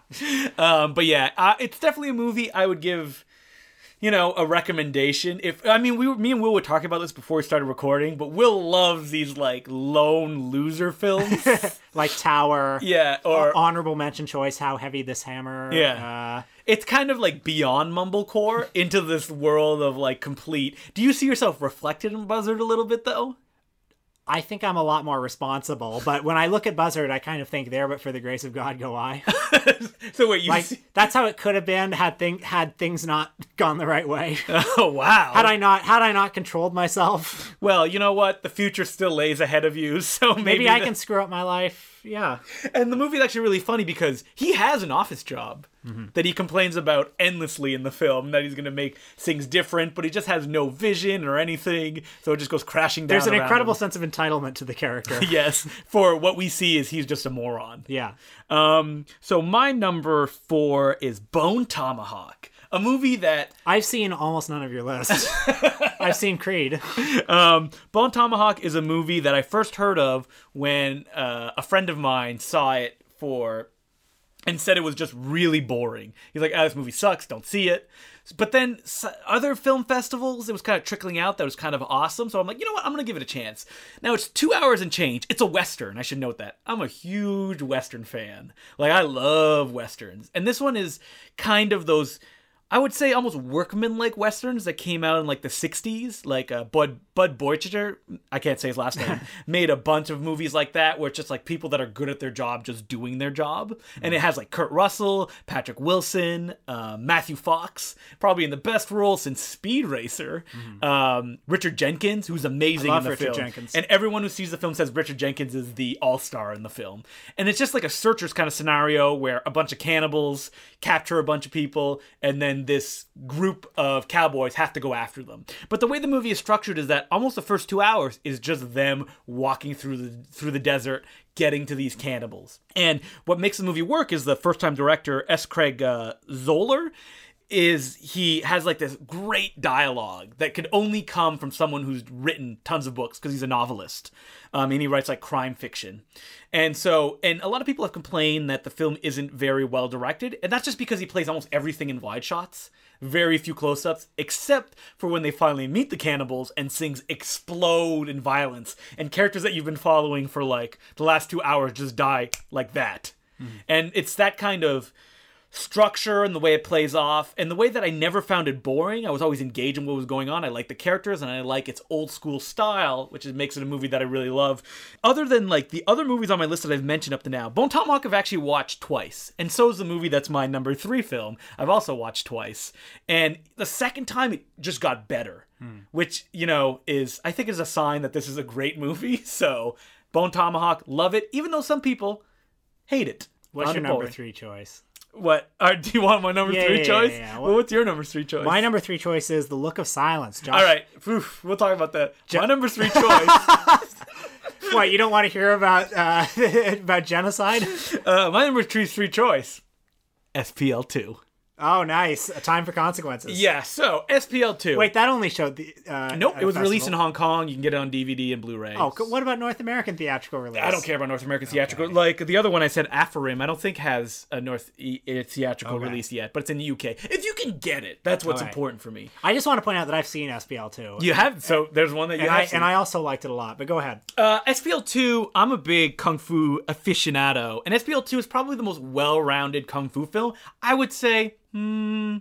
Speaker 1: Um, but yeah, uh, it's definitely a movie I would give, you know, a recommendation. If I mean, we were, me and Will were talking about this before we started recording, but Will loves these like lone loser films.
Speaker 2: Like Tower.
Speaker 1: yeah, or
Speaker 2: Honorable mention choice. How heavy this hammer.
Speaker 1: Yeah.
Speaker 2: Uh,
Speaker 1: it's kind of like beyond mumblecore into this world of like complete. Do you see yourself reflected in Buzzard a little bit though?
Speaker 2: I think I'm a lot more responsible, but when I look at Buzzard, I kind of think there, but for the grace of God, go I.
Speaker 1: So wait, you
Speaker 2: Like
Speaker 1: see-
Speaker 2: that's how it could have been had thing had things not gone the right way.
Speaker 1: oh wow.
Speaker 2: Had I not had I not controlled myself,
Speaker 1: Well, you know what? The future still lays ahead of you, so maybe,
Speaker 2: maybe I
Speaker 1: the-
Speaker 2: can screw up my life. Yeah.
Speaker 1: And the movie's actually really funny because he has an office job that he complains about endlessly in the film that he's going to make things different, but he just has no vision or anything, so it just goes crashing down.
Speaker 2: There's an
Speaker 1: around
Speaker 2: incredible
Speaker 1: him.
Speaker 2: sense of entitlement to the character.
Speaker 1: Yes, for what we see is he's just a moron.
Speaker 2: yeah.
Speaker 1: Um, so my number four is Bone Tomahawk, a movie that
Speaker 2: I've seen almost none of your list. I've seen Creed.
Speaker 1: Um, Bone Tomahawk is a movie that I first heard of when uh, a friend of mine saw it for and said it was just really boring. He's like, "Ah, this movie sucks. Don't see it." But then s- other film festivals, it was kind of trickling out. That was kind of awesome. So I'm like, you know what? I'm gonna give it a chance. Now it's two hours and change. It's a western. I should note that. I'm a huge western fan. Like I love westerns, and this one is kind of those. I would say almost workman like westerns that came out in like the 60s. Like uh, Bud Bud Borchiger, I can't say his last name, made a bunch of movies like that where it's just like people that are good at their job just doing their job. And
Speaker 2: Mm.
Speaker 1: it has like Kurt Russell, Patrick Wilson, uh, Matthew Fox, probably in the best role since Speed Racer. Um, Richard Jenkins, who's amazing
Speaker 2: Mm-hmm. I love
Speaker 1: in the
Speaker 2: Richard
Speaker 1: film.
Speaker 2: Jenkins.
Speaker 1: And everyone who sees the film says Richard Jenkins is the all star in the film. And it's just like a searchers kind of scenario where a bunch of cannibals capture a bunch of people, and then this group of cowboys have to go after them. But the way the movie is structured is that almost the first two hours is just them walking through the through the desert, getting to these cannibals. And what makes the movie work is the first time director S. Craig uh, Zoller is he has like this great dialogue that could only come from someone who's written tons of books because he's a novelist um, and he writes like crime fiction and so and a lot of people have complained that the film isn't very well directed and that's just because he plays almost everything in wide shots very few close-ups except for when they finally meet the cannibals and things explode in violence and characters that you've been following for like the last two hours just die like that and it's that kind of structure and the way it plays off and the way that I never found it boring. I was always engaged in what was going on. I like the characters and I like its old school style, which is, makes it a movie that I really love. Other than like the other movies on my list that I've mentioned up to now, Bone Tomahawk I've actually watched twice, and so is the movie that's my number three film. I've also watched twice, and the second time it just got better,
Speaker 2: Hmm.
Speaker 1: which you know is I think is a sign that this is a great movie. So Bone Tomahawk, love it, even though some people hate it.
Speaker 2: What's
Speaker 1: Found
Speaker 2: your
Speaker 1: it
Speaker 2: number
Speaker 1: boring.
Speaker 2: three choice?
Speaker 1: What? Or do you want my number
Speaker 2: Yeah,
Speaker 1: three
Speaker 2: yeah,
Speaker 1: choice?
Speaker 2: yeah, yeah.
Speaker 1: Well, what's your number three choice?
Speaker 2: My number three choice is The Look of Silence. Josh.
Speaker 1: All right, Oof, we'll talk about that. my number three choice.
Speaker 2: What, you don't want to hear about uh, about genocide?
Speaker 1: uh, my number three three choice. SPL two.
Speaker 2: Oh, nice. A time for consequences.
Speaker 1: Yeah, so SPL two.
Speaker 2: Wait, that only showed the. Uh,
Speaker 1: nope,
Speaker 2: at
Speaker 1: it
Speaker 2: a
Speaker 1: was released in
Speaker 2: festival.
Speaker 1: Hong Kong. You can get it on DVD and Blu-ray.
Speaker 2: Oh, co- what about North American theatrical release?
Speaker 1: I don't care about North American theatrical. Like the other one I said, Aphorim, I don't think has a North e- a theatrical release yet, but it's in the UK. If you can get it, that's what's
Speaker 2: All right.
Speaker 1: important for me.
Speaker 2: I just want to point out that I've seen SPL too.
Speaker 1: You have so there's one that you
Speaker 2: And
Speaker 1: have
Speaker 2: I, and I also liked it a lot, but go ahead.
Speaker 1: Uh, SPL 2, I'm a big kung fu aficionado, and SPL 2 is probably the most well-rounded kung fu film. I would say, hmm,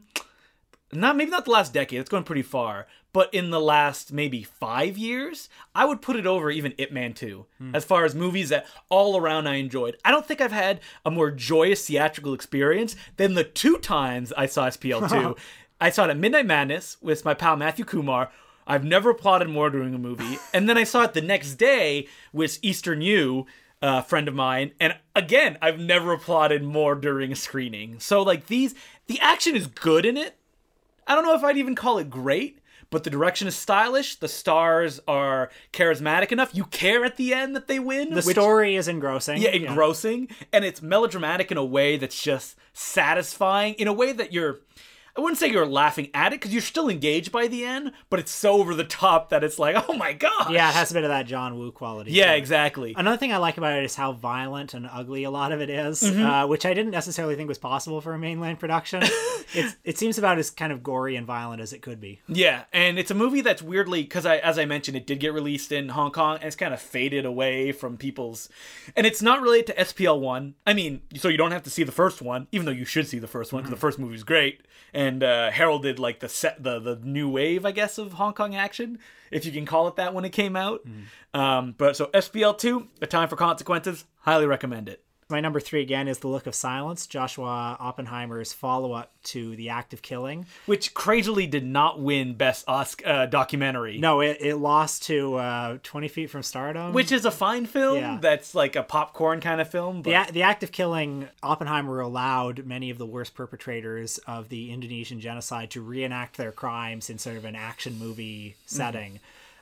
Speaker 1: not maybe not the last decade. It's going pretty far, but in the last maybe five years, I would put it over even Ip Man 2 as far as movies that all around I enjoyed. I don't think I've had a more joyous theatrical experience than the two times I saw SPL 2. I saw it at Midnight Madness with my pal Matthew Kumar. I've never applauded more during a movie. And then I saw it the next day with Eastern U, a friend of mine. And again, I've never applauded more during a screening. So, like, these, the action is good in it. I don't know if I'd even call it great, but the direction is stylish. The stars are charismatic enough. You care at the end that they win.
Speaker 2: The story is engrossing.
Speaker 1: Yeah, engrossing, and it's melodramatic in a way that's just satisfying. In a way that you're, I wouldn't say you're laughing at it because you're still engaged by the end, but it's so over the top that it's like, oh my god.
Speaker 2: Yeah, it has a bit of that John Woo quality.
Speaker 1: Yeah,
Speaker 2: to it.
Speaker 1: exactly.
Speaker 2: Another thing I like about it is how violent and ugly a lot of it is, uh, which I didn't necessarily think was possible for a mainland production. it's, it seems about as kind of gory and violent as it could be.
Speaker 1: Yeah, and it's a movie that's weirdly because I, as I mentioned, it did get released in Hong Kong and it's kind of faded away from people's, and it's not related to SPL one. I mean, so you don't have to see the first one, even though you should see the first one because
Speaker 2: Mm-hmm.
Speaker 1: the first movie is great and uh, heralded like the set the the new wave, I guess, of Hong Kong action, if you can call it that when it came out.
Speaker 2: Mm-hmm.
Speaker 1: Um, but so SPL two, A Time for Consequences, highly recommend it.
Speaker 2: My number three again is The Look of Silence, Joshua Oppenheimer's follow up to The Act of Killing.
Speaker 1: Which crazily did not win best Oscar uh, documentary.
Speaker 2: No, it, it lost to uh, 20 Feet from Stardom.
Speaker 1: which is a fine film
Speaker 2: Yeah.
Speaker 1: that's like a popcorn kind of film but
Speaker 2: The, a- the act of killing Oppenheimer allowed many of the worst perpetrators of the Indonesian genocide to reenact their crimes in sort of an action movie setting,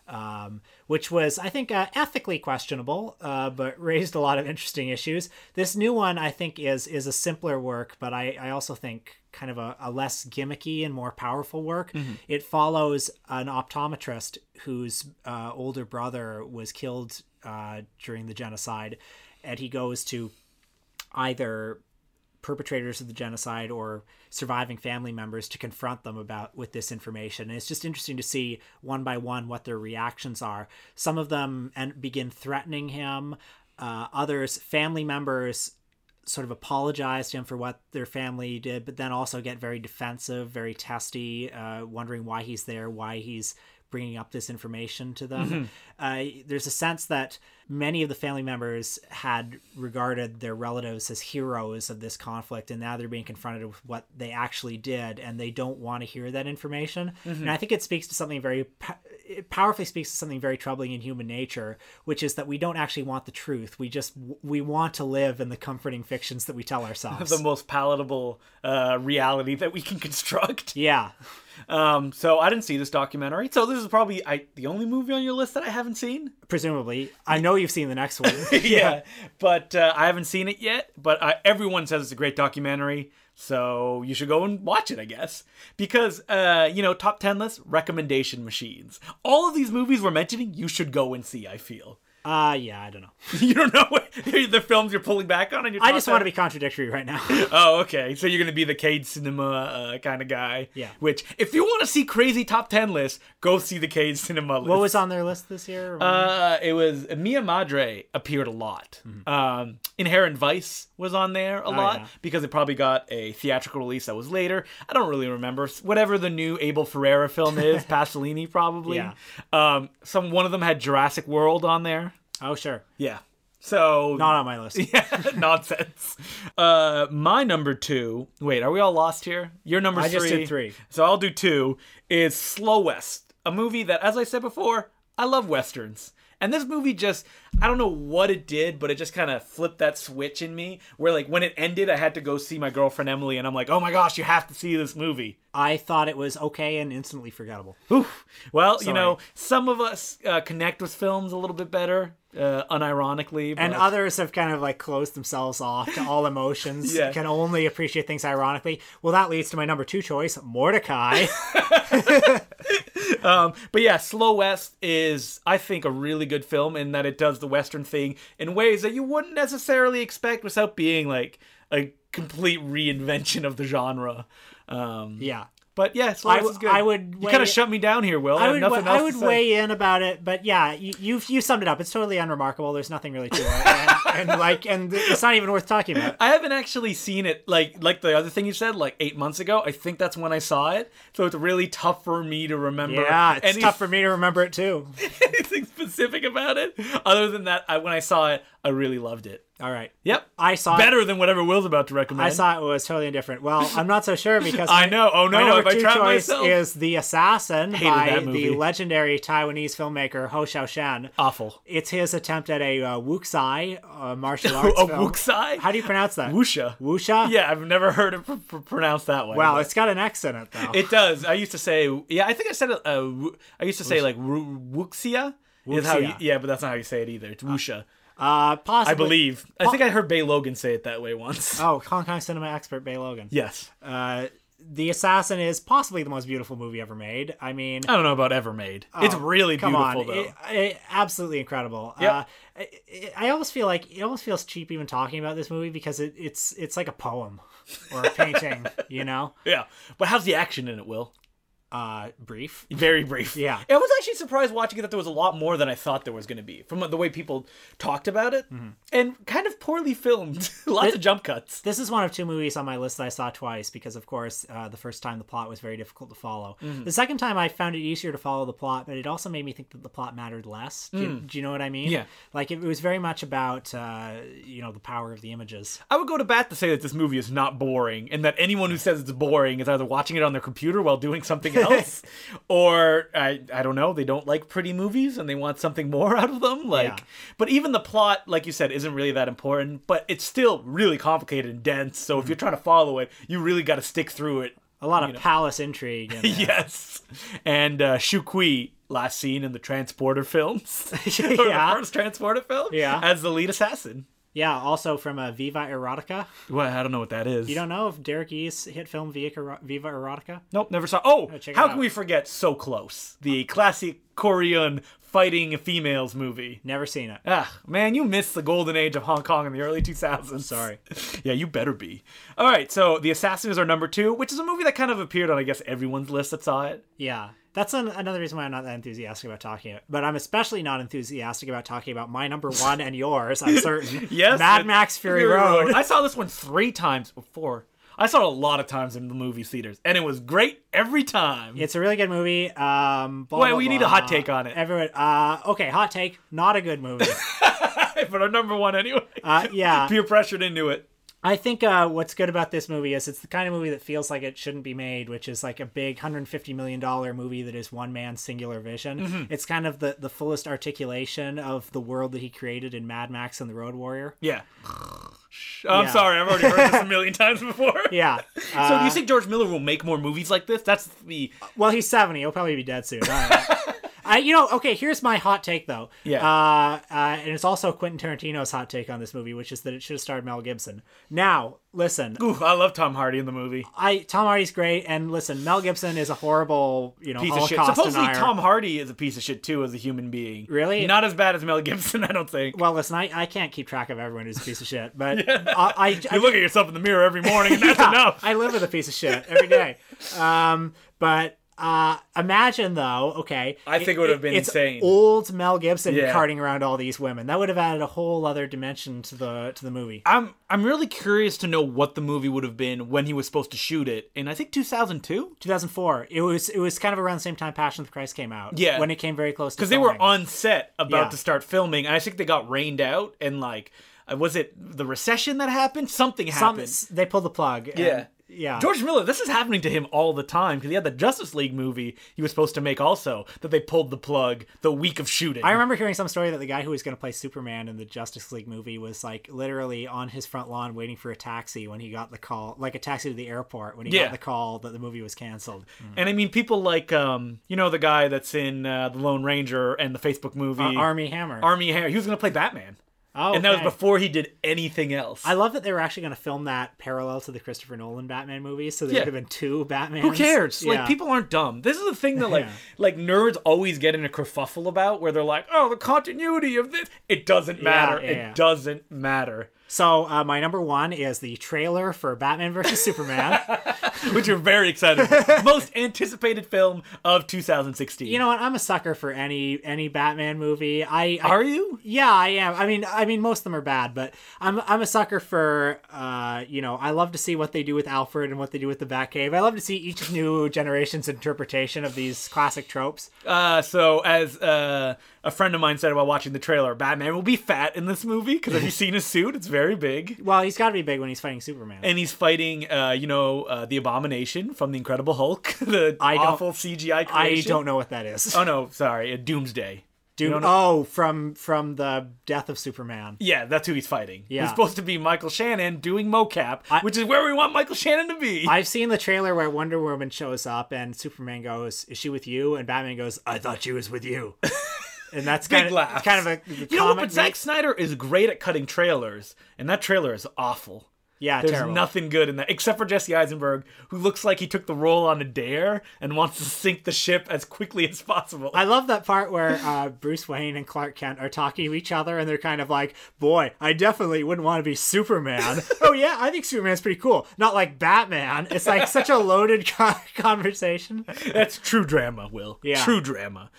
Speaker 2: um, which was, I think, uh, ethically questionable, uh, but raised a lot of interesting issues. This new one, I think, is is a simpler work, but I, I also think kind of a, a less gimmicky and more powerful work. It follows an optometrist whose uh, older brother was killed uh, during the genocide and he goes to either perpetrators of the genocide or surviving family members to confront them about with this information. And it's just interesting to see one by one what their reactions are. Some of them and begin threatening him. Uh, others, family members, sort of apologize to him for what their family did, but then also get very defensive, very testy, uh, wondering why he's there, why he's bringing up this information to them. Uh, there's a sense that many of the family members had regarded their relatives as heroes of this conflict, and now they're being confronted with what they actually did, and they don't want to hear that information.
Speaker 1: Mm-hmm.
Speaker 2: And I think it speaks to something very po- it powerfully speaks to something very troubling in human nature, which is that we don't actually want the truth. We just we want to live in the comforting fictions that we tell ourselves.
Speaker 1: the most palatable uh, reality that we can construct
Speaker 2: yeah.
Speaker 1: um, so i didn't see this documentary so this is probably I, the only movie on your list that i haven't seen
Speaker 2: Presumably, I know you've seen the next one.
Speaker 1: yeah but uh, i haven't seen it yet but I, everyone says it's a great documentary so you should go and watch it i guess because uh, you know top 10 list recommendation machines all of these movies we're mentioning you should go and see i feel
Speaker 2: Uh yeah, I don't know.
Speaker 1: you don't know what the films you're pulling back on and you're
Speaker 2: I just want to be contradictory right now.
Speaker 1: Oh, okay. So you're gonna be the Cade Cinema uh, kind of guy.
Speaker 2: Yeah.
Speaker 1: Which, if you want to see crazy top ten lists, go see the Cade Cinema list.
Speaker 2: what was on their list this year?
Speaker 1: Uh, it was Mia Madre appeared a lot. Um, Inherent Vice was on there a lot
Speaker 2: yeah.
Speaker 1: because it probably got a theatrical release that was later. I don't really remember whatever the new Abel Ferreira film is, Pasolini probably.
Speaker 2: Yeah.
Speaker 1: Um, some one of them had Jurassic World on there.
Speaker 2: oh sure,
Speaker 1: Yeah. So
Speaker 2: not on my list.
Speaker 1: yeah, nonsense. Uh, my number two. Wait, are we all lost here? Your number
Speaker 2: I
Speaker 1: three.
Speaker 2: just did three.
Speaker 1: So I'll do two. Is Slow West, a movie that, as I said before, I love westerns. And this movie just, I don't know what it did, but it just kind of flipped that switch in me where, like, when it ended, I had to go see my girlfriend Emily, and I'm like, oh my gosh, you have to see this movie.
Speaker 2: I thought it was okay and instantly forgettable.
Speaker 1: Oof. Well, you know, some of us uh, connect with films a little bit better. uh, unironically.
Speaker 2: And
Speaker 1: but-
Speaker 2: others have kind of like closed themselves off to all emotions,
Speaker 1: Yeah.
Speaker 2: can only appreciate things ironically. Well, that leads to my number two choice, Mordecai.
Speaker 1: But yeah, Slow West is, I think, a really good film in that it does the Western thing in ways that you wouldn't necessarily expect without being like a complete reinvention of the genre. Um,
Speaker 2: yeah.
Speaker 1: But yeah, Slow
Speaker 2: I
Speaker 1: West
Speaker 2: w-
Speaker 1: is good.
Speaker 2: I would
Speaker 1: You kind
Speaker 2: weigh-
Speaker 1: of shut me down here, Will. I,
Speaker 2: I
Speaker 1: have
Speaker 2: would,
Speaker 1: nothing
Speaker 2: wa-
Speaker 1: else
Speaker 2: I would
Speaker 1: to say.
Speaker 2: weigh in about it, but yeah, you, you've you summed it up. It's totally unremarkable. There's nothing really to it, and, and like, and it's not even worth talking about.
Speaker 1: I haven't actually seen it like like the other thing you said like eight months ago. I think that's when I saw it, so it's really tough for me to remember.
Speaker 2: Yeah, it's
Speaker 1: any-
Speaker 2: tough for me to remember it too.
Speaker 1: anything specific about it. Other than that, I, when I saw it, I really loved it.
Speaker 2: All right,
Speaker 1: Yep,
Speaker 2: I saw it-
Speaker 1: better than whatever Will's about to recommend.
Speaker 2: I saw it was totally indifferent. Well, I'm not so sure because
Speaker 1: I
Speaker 2: my-
Speaker 1: know. Oh no,
Speaker 2: my number
Speaker 1: have I
Speaker 2: two
Speaker 1: trapped
Speaker 2: choice
Speaker 1: myself?
Speaker 2: is The Assassin by
Speaker 1: that
Speaker 2: the
Speaker 1: movie.
Speaker 2: legendary Taiwanese filmmaker Ho Xiaoshen.
Speaker 1: Awful.
Speaker 2: It's his attempt at a uh, wuxia uh, martial
Speaker 1: A
Speaker 2: arts film.
Speaker 1: wuxai?
Speaker 2: How do you pronounce that?
Speaker 1: Wuxia.
Speaker 2: Wuxia?
Speaker 1: Oh, Yeah, I've never heard it pr- pr- pronounced that way.
Speaker 2: Wow,
Speaker 1: but-
Speaker 2: it's got an X in it, though.
Speaker 1: it does. I used to say, yeah, I think I said it. Uh, wu- I used to say like ru- wuxia. Is how you,
Speaker 2: Wuxia.
Speaker 1: yeah, but that's not how you say it either. It's wuxia.
Speaker 2: uh, possibly.
Speaker 1: I believe. I think I heard Bay Logan say it that way once.
Speaker 2: Oh, Hong Kong cinema expert Bay Logan.
Speaker 1: yes.
Speaker 2: Uh, the Assassin is possibly the most beautiful movie ever made. I mean,
Speaker 1: I don't know about ever made. it's really
Speaker 2: Oh, come
Speaker 1: beautiful
Speaker 2: on,
Speaker 1: though.
Speaker 2: It- it- absolutely incredible.
Speaker 1: Yep.
Speaker 2: Uh, I- I, I almost feel like it almost feels cheap even talking about this movie because it, it's it's like a poem or a painting, you know,
Speaker 1: yeah. But how's the action in it, Will?
Speaker 2: uh, brief.
Speaker 1: Very brief.
Speaker 2: Yeah.
Speaker 1: I was actually surprised watching it that there was a lot more than I thought there was going to be from the way people talked about it
Speaker 2: Mm-hmm.
Speaker 1: and kind of poorly filmed. Lots of jump cuts.
Speaker 2: This is one of two movies on my list that I saw twice because, of course, uh, the first time the plot was very difficult to follow. The second time I found it easier to follow the plot, but it also made me think that the plot mattered less. Do, you, do you know what I mean?
Speaker 1: Yeah.
Speaker 2: Like it, was very much about uh, you know the power of the images.
Speaker 1: I would go to bat to say that this movie is not boring and that anyone who says it's boring is either watching it on their computer while doing something else or I, I don't know, they don't like pretty movies and they want something more out of them like
Speaker 2: Yeah.
Speaker 1: but even the plot like you said isn't really that important, but it's still really complicated and dense. So
Speaker 2: Mm-hmm.
Speaker 1: if you're trying to follow it, you really got to stick through it.
Speaker 2: A lot of palace intrigue. In there.
Speaker 1: Yes. And uh, Shukui, last seen in the Transporter films. Or
Speaker 2: Yeah.
Speaker 1: The first Transporter film.
Speaker 2: Yeah.
Speaker 1: As the lead assassin.
Speaker 2: Yeah, also from uh, Viva Erotica.
Speaker 1: Well, I don't know what that is.
Speaker 2: You don't know if Derek E's hit film Viva Viva Erotica?
Speaker 1: Nope, never saw. Oh,
Speaker 2: check it
Speaker 1: how
Speaker 2: out.
Speaker 1: can we forget So Close, the classic Korean fighting females movie?
Speaker 2: Never seen it.
Speaker 1: Ah, man, you missed the golden age of Hong Kong in the early 2000s.
Speaker 2: Sorry.
Speaker 1: yeah, you better be. All right, so The Assassin is our number two, which is a movie that kind of appeared on, I guess, everyone's list that saw it.
Speaker 2: Yeah. That's an, another reason why I'm not that enthusiastic about talking about it. But I'm especially not enthusiastic about talking about my number one and yours, I'm certain.
Speaker 1: Yes.
Speaker 2: Mad
Speaker 1: it-
Speaker 2: Max Fury, Road.
Speaker 1: I saw this one three times before. I saw it a lot of times in the movie theaters, and it was great every time.
Speaker 2: It's a really good movie. Um, blah,
Speaker 1: Wait,
Speaker 2: blah,
Speaker 1: we need
Speaker 2: blah.
Speaker 1: a hot take on it.
Speaker 2: Everyone, uh, okay, hot take. Not a good movie.
Speaker 1: but our number one anyway.
Speaker 2: Uh, yeah,
Speaker 1: Peer pressured into it.
Speaker 2: I think uh, what's good about this movie is it's the kind of movie that feels like it shouldn't be made, which is like a big hundred fifty million dollar movie that is one man's singular vision.
Speaker 1: Mm-hmm.
Speaker 2: It's kind of the the fullest articulation of the world that he created in Mad Max and the Road Warrior.
Speaker 1: Yeah. I'm
Speaker 2: Yeah.
Speaker 1: sorry, I've already heard this a million times before.
Speaker 2: Yeah. Uh,
Speaker 1: so do you think George Miller will make more movies like this? That's the
Speaker 2: well, he's seventy. He'll probably be dead soon. I don't know. I, you know, okay. Here's my hot take, though.
Speaker 1: Yeah.
Speaker 2: Uh, uh, and it's also Quentin Tarantino's hot take on this movie, which is that it should have starred Mel Gibson. Now, listen,
Speaker 1: ooh, I love Tom Hardy in the movie.
Speaker 2: I Tom Hardy's great, and listen, Mel Gibson is a horrible, you know,
Speaker 1: Piece of shit.
Speaker 2: Holocaust
Speaker 1: Supposedly
Speaker 2: denier.
Speaker 1: Tom Hardy is a piece of shit too as a human being.
Speaker 2: Really?
Speaker 1: Not as bad as Mel Gibson, I don't think.
Speaker 2: Well, listen, I, I can't keep track of everyone who's a piece of shit, but I, I,
Speaker 1: You look at yourself in the mirror every morning and that's enough.
Speaker 2: I live with a piece of shit every day. Um, but uh, imagine though, okay,
Speaker 1: I think it would have been
Speaker 2: it's
Speaker 1: insane.
Speaker 2: Old Mel Gibson
Speaker 1: Yeah.
Speaker 2: carting around all these women that would have added a whole other dimension to the to the movie.
Speaker 1: I'm I'm really curious to know what the movie would have been when he was supposed to shoot it in I think 2002
Speaker 2: 2004. It was it was kind of around the same time Passion of the Christ came out.
Speaker 1: Yeah.
Speaker 2: when it came very close
Speaker 1: because they were on set about
Speaker 2: Yeah.
Speaker 1: to start filming and I think they got rained out and like uh, was it the recession that happened? Something
Speaker 2: Some,
Speaker 1: happened.
Speaker 2: they pulled the plug. and
Speaker 1: Yeah.
Speaker 2: Yeah.
Speaker 1: George Miller, this is happening to him all the time because he had the Justice League movie he was supposed to make also that they pulled the plug the week of shooting.
Speaker 2: I remember hearing some story that the guy who was going to play Superman in the Justice League movie was like literally on his front lawn waiting for a taxi when he got the call, like a taxi to the airport when he
Speaker 1: Yeah.
Speaker 2: got the call that the movie was canceled.
Speaker 1: and I mean, people like, um, you know, the guy that's in uh, The Lone Ranger and the Facebook movie
Speaker 2: Army Hammer.
Speaker 1: Army Hammer. He was going to play Batman.
Speaker 2: oh,
Speaker 1: And that was
Speaker 2: okay.
Speaker 1: before he did anything else.
Speaker 2: I love that they were actually going to film that parallel to the Christopher Nolan Batman movies, so there
Speaker 1: Yeah.
Speaker 2: would have been two Batmans.
Speaker 1: Who cares?
Speaker 2: Yeah.
Speaker 1: Like people aren't dumb. This is the thing that like
Speaker 2: Yeah.
Speaker 1: like nerds always get in a kerfuffle about where they're like, "Oh, the continuity of this, it doesn't matter.
Speaker 2: yeah, yeah.
Speaker 1: It doesn't matter."
Speaker 2: So uh, my number one is the trailer for Batman versus Superman.
Speaker 1: Which you're very excited. about. Most anticipated film of 2016.
Speaker 2: you know what? I'm a sucker for any any Batman movie. I, I
Speaker 1: are you?
Speaker 2: Yeah, I am. I mean, I mean, most of them are bad, but I'm I'm a sucker for, uh, you know, I love to see what they do with Alfred and what they do with the Batcave. I love to see each new generation's interpretation of these classic tropes.
Speaker 1: Uh, so as uh, a friend of mine said while watching the trailer, Batman will be fat in this movie because have you seen his suit? It's very big.
Speaker 2: Well, he's got to be big when he's fighting Superman.
Speaker 1: And he's fighting, uh, you know, uh, the Abomination from the Incredible Hulk, the
Speaker 2: I don't-
Speaker 1: awful CGI creation.
Speaker 2: I don't know what that is.
Speaker 1: Oh no, sorry, uh, Doomsday.
Speaker 2: Doom-
Speaker 1: don't
Speaker 2: oh, from from the death of Superman.
Speaker 1: Yeah, that's who he's fighting.
Speaker 2: Yeah.
Speaker 1: He's supposed to be Michael Shannon doing mocap, which is where we want Michael Shannon to be.
Speaker 2: I've seen the trailer where Wonder Woman shows up and Superman goes, "Is she with you?" and Batman goes, "I thought she was with you." And that's
Speaker 1: Big
Speaker 2: kind of
Speaker 1: laughs.
Speaker 2: it's kind of a
Speaker 1: you know what?
Speaker 2: comic
Speaker 1: But Zack Snyder is great at cutting trailers, and that trailer is awful.
Speaker 2: yeah,
Speaker 1: There's
Speaker 2: terrible.
Speaker 1: nothing good in that, except for Jesse Eisenberg, who looks like he took the role on a dare and wants to sink the ship as quickly as possible.
Speaker 2: I love that part where uh, Bruce Wayne and Clark Kent are talking to each other, and they're kind of like, "Boy, I definitely wouldn't want to be Superman." oh yeah, I think Superman's pretty cool. Not like Batman. It's like such a loaded con- conversation.
Speaker 1: That's true drama, Will.
Speaker 2: Yeah.
Speaker 1: True drama.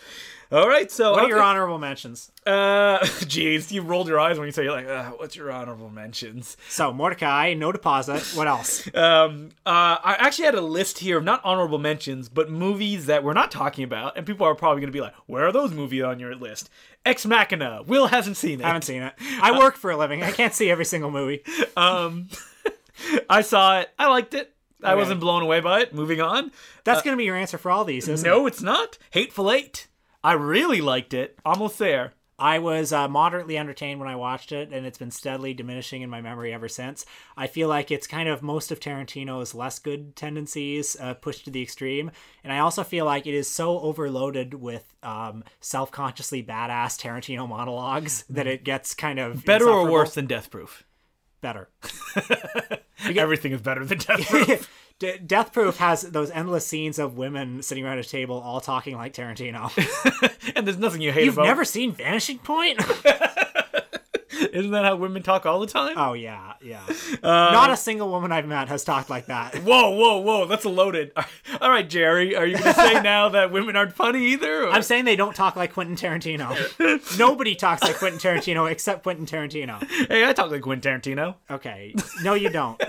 Speaker 1: All right, so
Speaker 2: What are your honorable mentions?
Speaker 1: Uh, jeez, you rolled your eyes when you said you're like, "Ugh, what's your honorable mentions?
Speaker 2: So Mordecai, no deposit. What else?
Speaker 1: Um, uh, I actually had a list here of not honorable mentions, but movies that we're not talking about, and people are probably going to be like, "Where are those movies on your list?" Ex Machina. Will hasn't seen it.
Speaker 2: I haven't seen it. I work for a living. I can't see every single movie.
Speaker 1: Um, I saw it. I liked it. I
Speaker 2: Okay.
Speaker 1: wasn't blown away by it. Moving on.
Speaker 2: That's gonna be your answer for all these, isn't it?
Speaker 1: No, it's not. Hateful Eight. I really liked it. Almost there.
Speaker 2: I was uh, moderately entertained when I watched it, and it's been steadily diminishing in my memory ever since. I feel like it's kind of most of Tarantino's less good tendencies uh, pushed to the extreme, and I also feel like it is so overloaded with um, self-consciously badass Tarantino monologues that it gets kind of
Speaker 1: Better or
Speaker 2: insufferable.
Speaker 1: worse than Death Proof?
Speaker 2: Better.
Speaker 1: Everything is better than Death Proof.
Speaker 2: D- Death Proof has those endless scenes of women sitting around a table all talking like Tarantino.
Speaker 1: and there's nothing you hate
Speaker 2: You've
Speaker 1: about.
Speaker 2: never seen Vanishing Point?
Speaker 1: Isn't that how women talk all the time?
Speaker 2: oh yeah, yeah.
Speaker 1: Uh,
Speaker 2: Not a single woman I've met has talked like that.
Speaker 1: Whoa, whoa, whoa! That's loaded. All right, Jerry, are you going to say now that women aren't funny either? or-
Speaker 2: I'm saying they don't talk like Quentin Tarantino. Nobody talks like Quentin Tarantino except Quentin Tarantino.
Speaker 1: hey, I talk like Quentin Tarantino.
Speaker 2: Okay. No, you don't.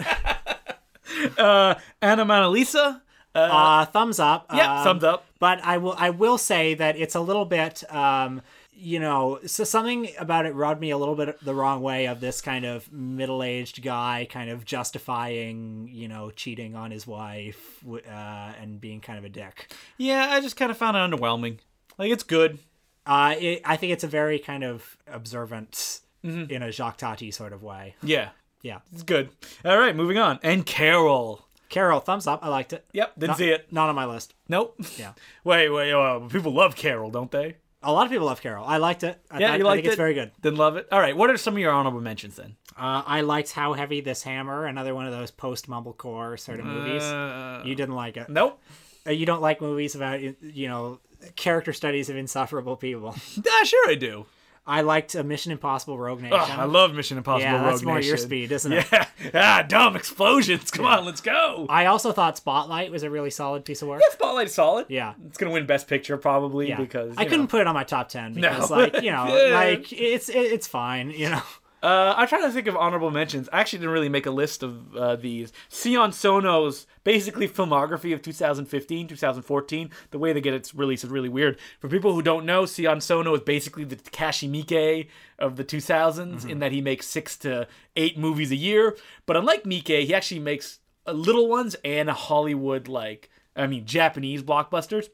Speaker 1: Uh, Anna Mona Lisa. Uh,
Speaker 2: Uh, thumbs up.
Speaker 1: yeah,
Speaker 2: Um,
Speaker 1: thumbs up.
Speaker 2: But I will. I will say that it's a little bit. Um, you know, so something about it rubbed me a little bit the wrong way of this kind of middle-aged guy kind of justifying, you know, cheating on his wife w- uh, and being kind of a dick.
Speaker 1: Yeah, I just kind of found it underwhelming. Like it's good.
Speaker 2: Uh, it, I think it's a very kind of observant
Speaker 1: Mm-hmm.
Speaker 2: in a Jacques Tati sort of way.
Speaker 1: Yeah,
Speaker 2: Yeah.
Speaker 1: it's good. All right, moving on. And Carol.
Speaker 2: Carol, thumbs up. I liked it.
Speaker 1: Yep, didn't
Speaker 2: Not-
Speaker 1: see it.
Speaker 2: Not on my list.
Speaker 1: Nope.
Speaker 2: Yeah.
Speaker 1: wait, wait. Uh, people love Carol, don't they?
Speaker 2: A lot of people love Carol. I liked it. I
Speaker 1: Yeah,
Speaker 2: thought-
Speaker 1: you
Speaker 2: I
Speaker 1: liked
Speaker 2: think
Speaker 1: it?
Speaker 2: it's very good.
Speaker 1: Then love it. All right, what are some of your honorable mentions then?
Speaker 2: Uh, I liked How Heavy This Hammer, another one of those post mumblecore sort of movies.
Speaker 1: Uh,
Speaker 2: you didn't like it.
Speaker 1: nope.
Speaker 2: Uh, You don't like movies about you know character studies of insufferable people.
Speaker 1: Ah, sure I do.
Speaker 2: I liked uh, Mission Impossible Rogue Nation.
Speaker 1: Ugh, I love Mission Impossible.
Speaker 2: yeah,
Speaker 1: Rogue
Speaker 2: that's more your
Speaker 1: Nation.
Speaker 2: speed, isn't it?
Speaker 1: Yeah. Ah, dumb explosions. Come on, let's go.
Speaker 2: I also thought Spotlight was a really solid piece of work.
Speaker 1: Spotlight's solid.
Speaker 2: Yeah.
Speaker 1: It's gonna win Best Picture probably
Speaker 2: Yeah.
Speaker 1: because
Speaker 2: I
Speaker 1: you
Speaker 2: couldn't
Speaker 1: know.
Speaker 2: put it on my top ten because,
Speaker 1: No.
Speaker 2: like, you know,
Speaker 1: Yeah.
Speaker 2: like it's it, it's fine, you know.
Speaker 1: Uh, I'm trying to think of honorable mentions. I actually didn't really make a list of uh, these. Sion Sono's basically filmography of 2015, 2014. The way they get its release is really weird. For people who don't know, Sion Sono is basically the Takashi Miike of the 2000s in that he makes six to eight movies a year. But unlike Miike, he actually makes uh, little ones and Hollywood like I mean Japanese blockbusters.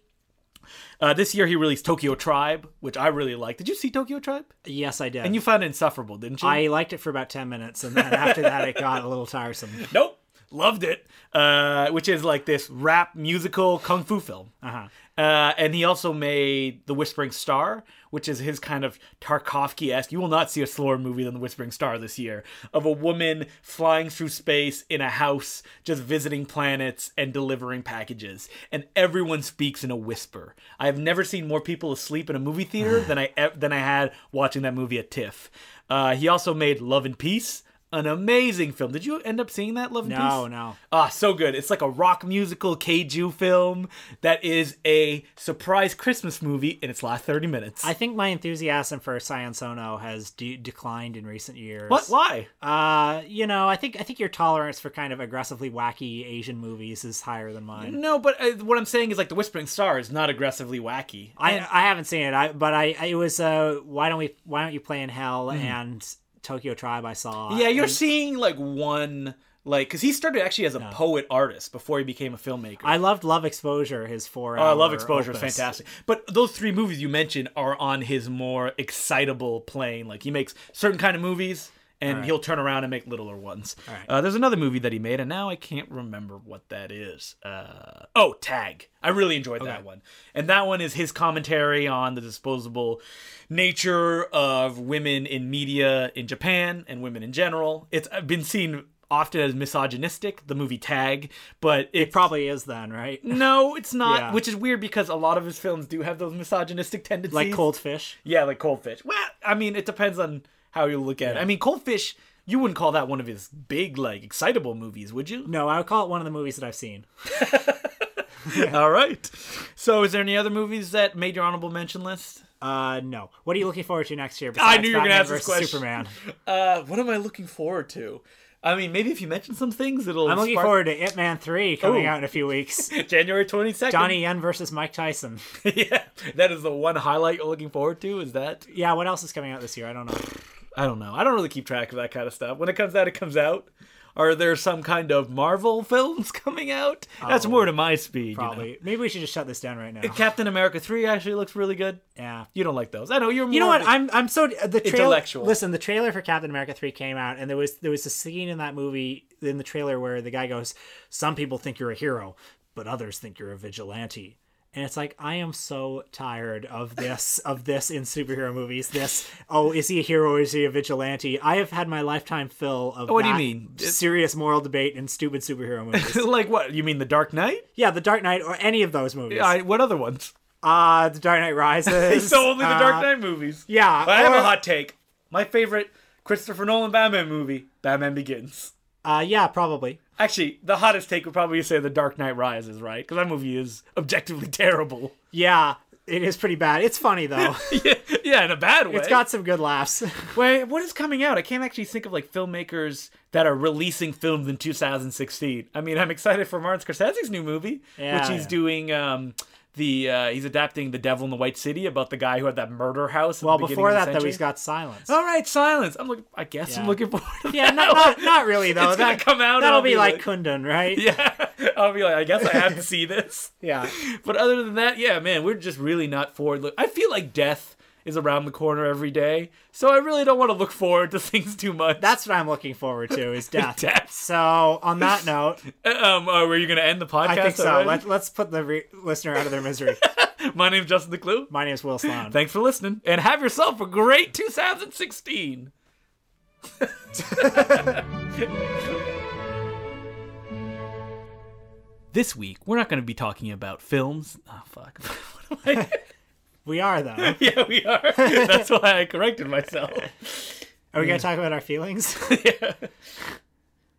Speaker 1: Uh, this year he released Tokyo Tribe, which I really liked. Did you see Tokyo Tribe?
Speaker 2: Yes, I did.
Speaker 1: And you found it insufferable, didn't you?
Speaker 2: I liked it for about 10 minutes, and then after that, it got a little tiresome.
Speaker 1: nope, loved it. Uh, which is like this rap musical kung fu film. Uh-huh. and he also made The Whispering Star, which is his kind of Tarkovsky esque. You will not see a slower movie than The Whispering Star this year of a woman flying through space in a house, just visiting planets and delivering packages. And everyone speaks in a whisper. I have never seen more people asleep in a movie theater than I ev- than I had watching that movie at TIFF. Uh, he also made Love and Peace an amazing film. Did you end up seeing that Love and Peace?
Speaker 2: No, no.
Speaker 1: Ah, so good. It's like a rock musical Keiju film that is a surprise Christmas movie in its last 30 minutes.
Speaker 2: I think my enthusiasm for Scion Sono has de- declined in recent years.
Speaker 1: what? Why?
Speaker 2: Uh, you know, I think I think your tolerance for kind of aggressively wacky Asian movies is higher than mine.
Speaker 1: No, but uh, what I'm saying is like The Whispering Star is not aggressively wacky.
Speaker 2: I I haven't seen it, I but I I- it was uh why don't we why don't you play in hell and Tokyo Tribe I saw.
Speaker 1: Mm. yeah, you're seeing like one like cuz he started actually as a poet artist before he became a filmmaker.
Speaker 2: I loved Love Exposure, his four.
Speaker 1: I Oh, love Exposure. It's fantastic. But those three movies you mentioned are on his more excitable plane. Like he makes certain kind of movies, and he'll turn around and make littler ones. Uh, there's another movie that he made, and now I can't remember what that is. Uh, oh, Tag. I really enjoyed that one, and that one is his commentary on the disposable nature of women in media in Japan and women in general. It's been seen often as misogynistic. The movie Tag, but it
Speaker 2: Probably is then, right?
Speaker 1: Mm, no, it's not.
Speaker 2: Yeah.
Speaker 1: Which is weird because a lot of his films do have those misogynistic tendencies.
Speaker 2: Like Cold Fish.
Speaker 1: Yeah, like Cold Fish. Well, I mean, it depends on how you look at it. I mean, Cold Fish, you wouldn't call that one of his big, like, excitable movies, would you?
Speaker 2: No, I would call it one of the movies that I've seen.
Speaker 1: All right. So, is there any other movies that made your honorable mention list?
Speaker 2: Uh, no. What are you looking forward to next year?
Speaker 1: I
Speaker 2: besides
Speaker 1: knew you were going to
Speaker 2: Batman
Speaker 1: ask this
Speaker 2: versus
Speaker 1: question.
Speaker 2: Superman.
Speaker 1: Uh, what am I looking forward to? I mean, maybe if you mention some things, it'll.
Speaker 2: I'm looking
Speaker 1: spark-
Speaker 2: forward to Ip Man 3 coming
Speaker 1: Ooh.
Speaker 2: out in a few weeks.
Speaker 1: January 22nd.
Speaker 2: Donnie Yen versus Mike Tyson.
Speaker 1: yeah, that is the one highlight you're looking forward to. Is that?
Speaker 2: Yeah, what else is coming out this year? I don't know.
Speaker 1: I don't know. I don't really keep track of that kind of stuff. When it comes out, it comes out. Are there some kind of Marvel films coming out? That's more to my speed. you know.
Speaker 2: Oh, Probably. Maybe we should just shut this down right now.
Speaker 1: Captain America three actually looks really good.
Speaker 2: Yeah.
Speaker 1: You don't like those. I know you're. More
Speaker 2: You know what?
Speaker 1: of a-
Speaker 2: I'm I'm so uh, the trailer.
Speaker 1: Intellectual.
Speaker 2: Listen, the trailer for Captain America three came out, and there was there was a scene in that movie in the trailer where the guy goes, "Some people think you're a hero, but others think you're a vigilante." And it's like I am so tired of this of this in superhero movies. This oh, is he a hero? or Is he a vigilante? I have had my lifetime fill of
Speaker 1: What do you
Speaker 2: that
Speaker 1: mean?
Speaker 2: serious moral debate in stupid superhero movies.
Speaker 1: like what? You mean the Dark Knight?
Speaker 2: yeah, The Dark Knight or any of those movies.
Speaker 1: I, what other ones?
Speaker 2: Uh, The Dark Knight Rises.
Speaker 1: So only the
Speaker 2: uh,
Speaker 1: Dark Knight movies.
Speaker 2: yeah,
Speaker 1: But I have
Speaker 2: or-
Speaker 1: a hot take. My favorite Christopher Nolan Batman movie, Batman Begins.
Speaker 2: Uh, yeah, probably.
Speaker 1: Actually, the hottest take would probably say the Dark Knight Rises, right? Because that movie is objectively terrible.
Speaker 2: Yeah, it is pretty bad. It's funny though.
Speaker 1: yeah, yeah, in a bad way.
Speaker 2: it's got some good laughs.
Speaker 1: Wait, what is coming out? I can't actually think of like filmmakers that are releasing films in 2016. I mean, I'm excited for Martin Scorsese's new movie,
Speaker 2: Yeah,
Speaker 1: which he's
Speaker 2: yeah.
Speaker 1: doing. Um, the uh, he's adapting The Devil in the White City about the guy who had that murder house.
Speaker 2: Well, before that though, he's got silence.
Speaker 1: All right, silence. I'm looking. I guess
Speaker 2: Yeah.
Speaker 1: I'm looking forward. To
Speaker 2: Yeah,
Speaker 1: that
Speaker 2: not,
Speaker 1: one.
Speaker 2: not, not really though.
Speaker 1: It's gonna come out and
Speaker 2: That'll
Speaker 1: I'll
Speaker 2: be,
Speaker 1: be
Speaker 2: like
Speaker 1: like-
Speaker 2: Kundun, right?
Speaker 1: Yeah, I'll be like, I guess I have to see this.
Speaker 2: Yeah.
Speaker 1: But other than that, yeah, man, we're just really not forward. Look, I feel like death is around the corner every day, so I really don't want to look forward to things too much.
Speaker 2: That's what I'm looking forward to is death.
Speaker 1: Death.
Speaker 2: So on that note,
Speaker 1: Um, uh, were you going to end the podcast?
Speaker 2: I think so.
Speaker 1: already?
Speaker 2: Let, let's put the re- listener out of their misery.
Speaker 1: My name's Justin the Clue.
Speaker 2: My name's Will Sloan.
Speaker 1: Thanks for listening, and have yourself a great 2016. this week, we're not going to be talking about films. Oh, fuck. What am I?
Speaker 2: we are though.
Speaker 1: yeah, we are. That's why I corrected myself.
Speaker 2: Are we gonna talk about our feelings?
Speaker 1: yeah.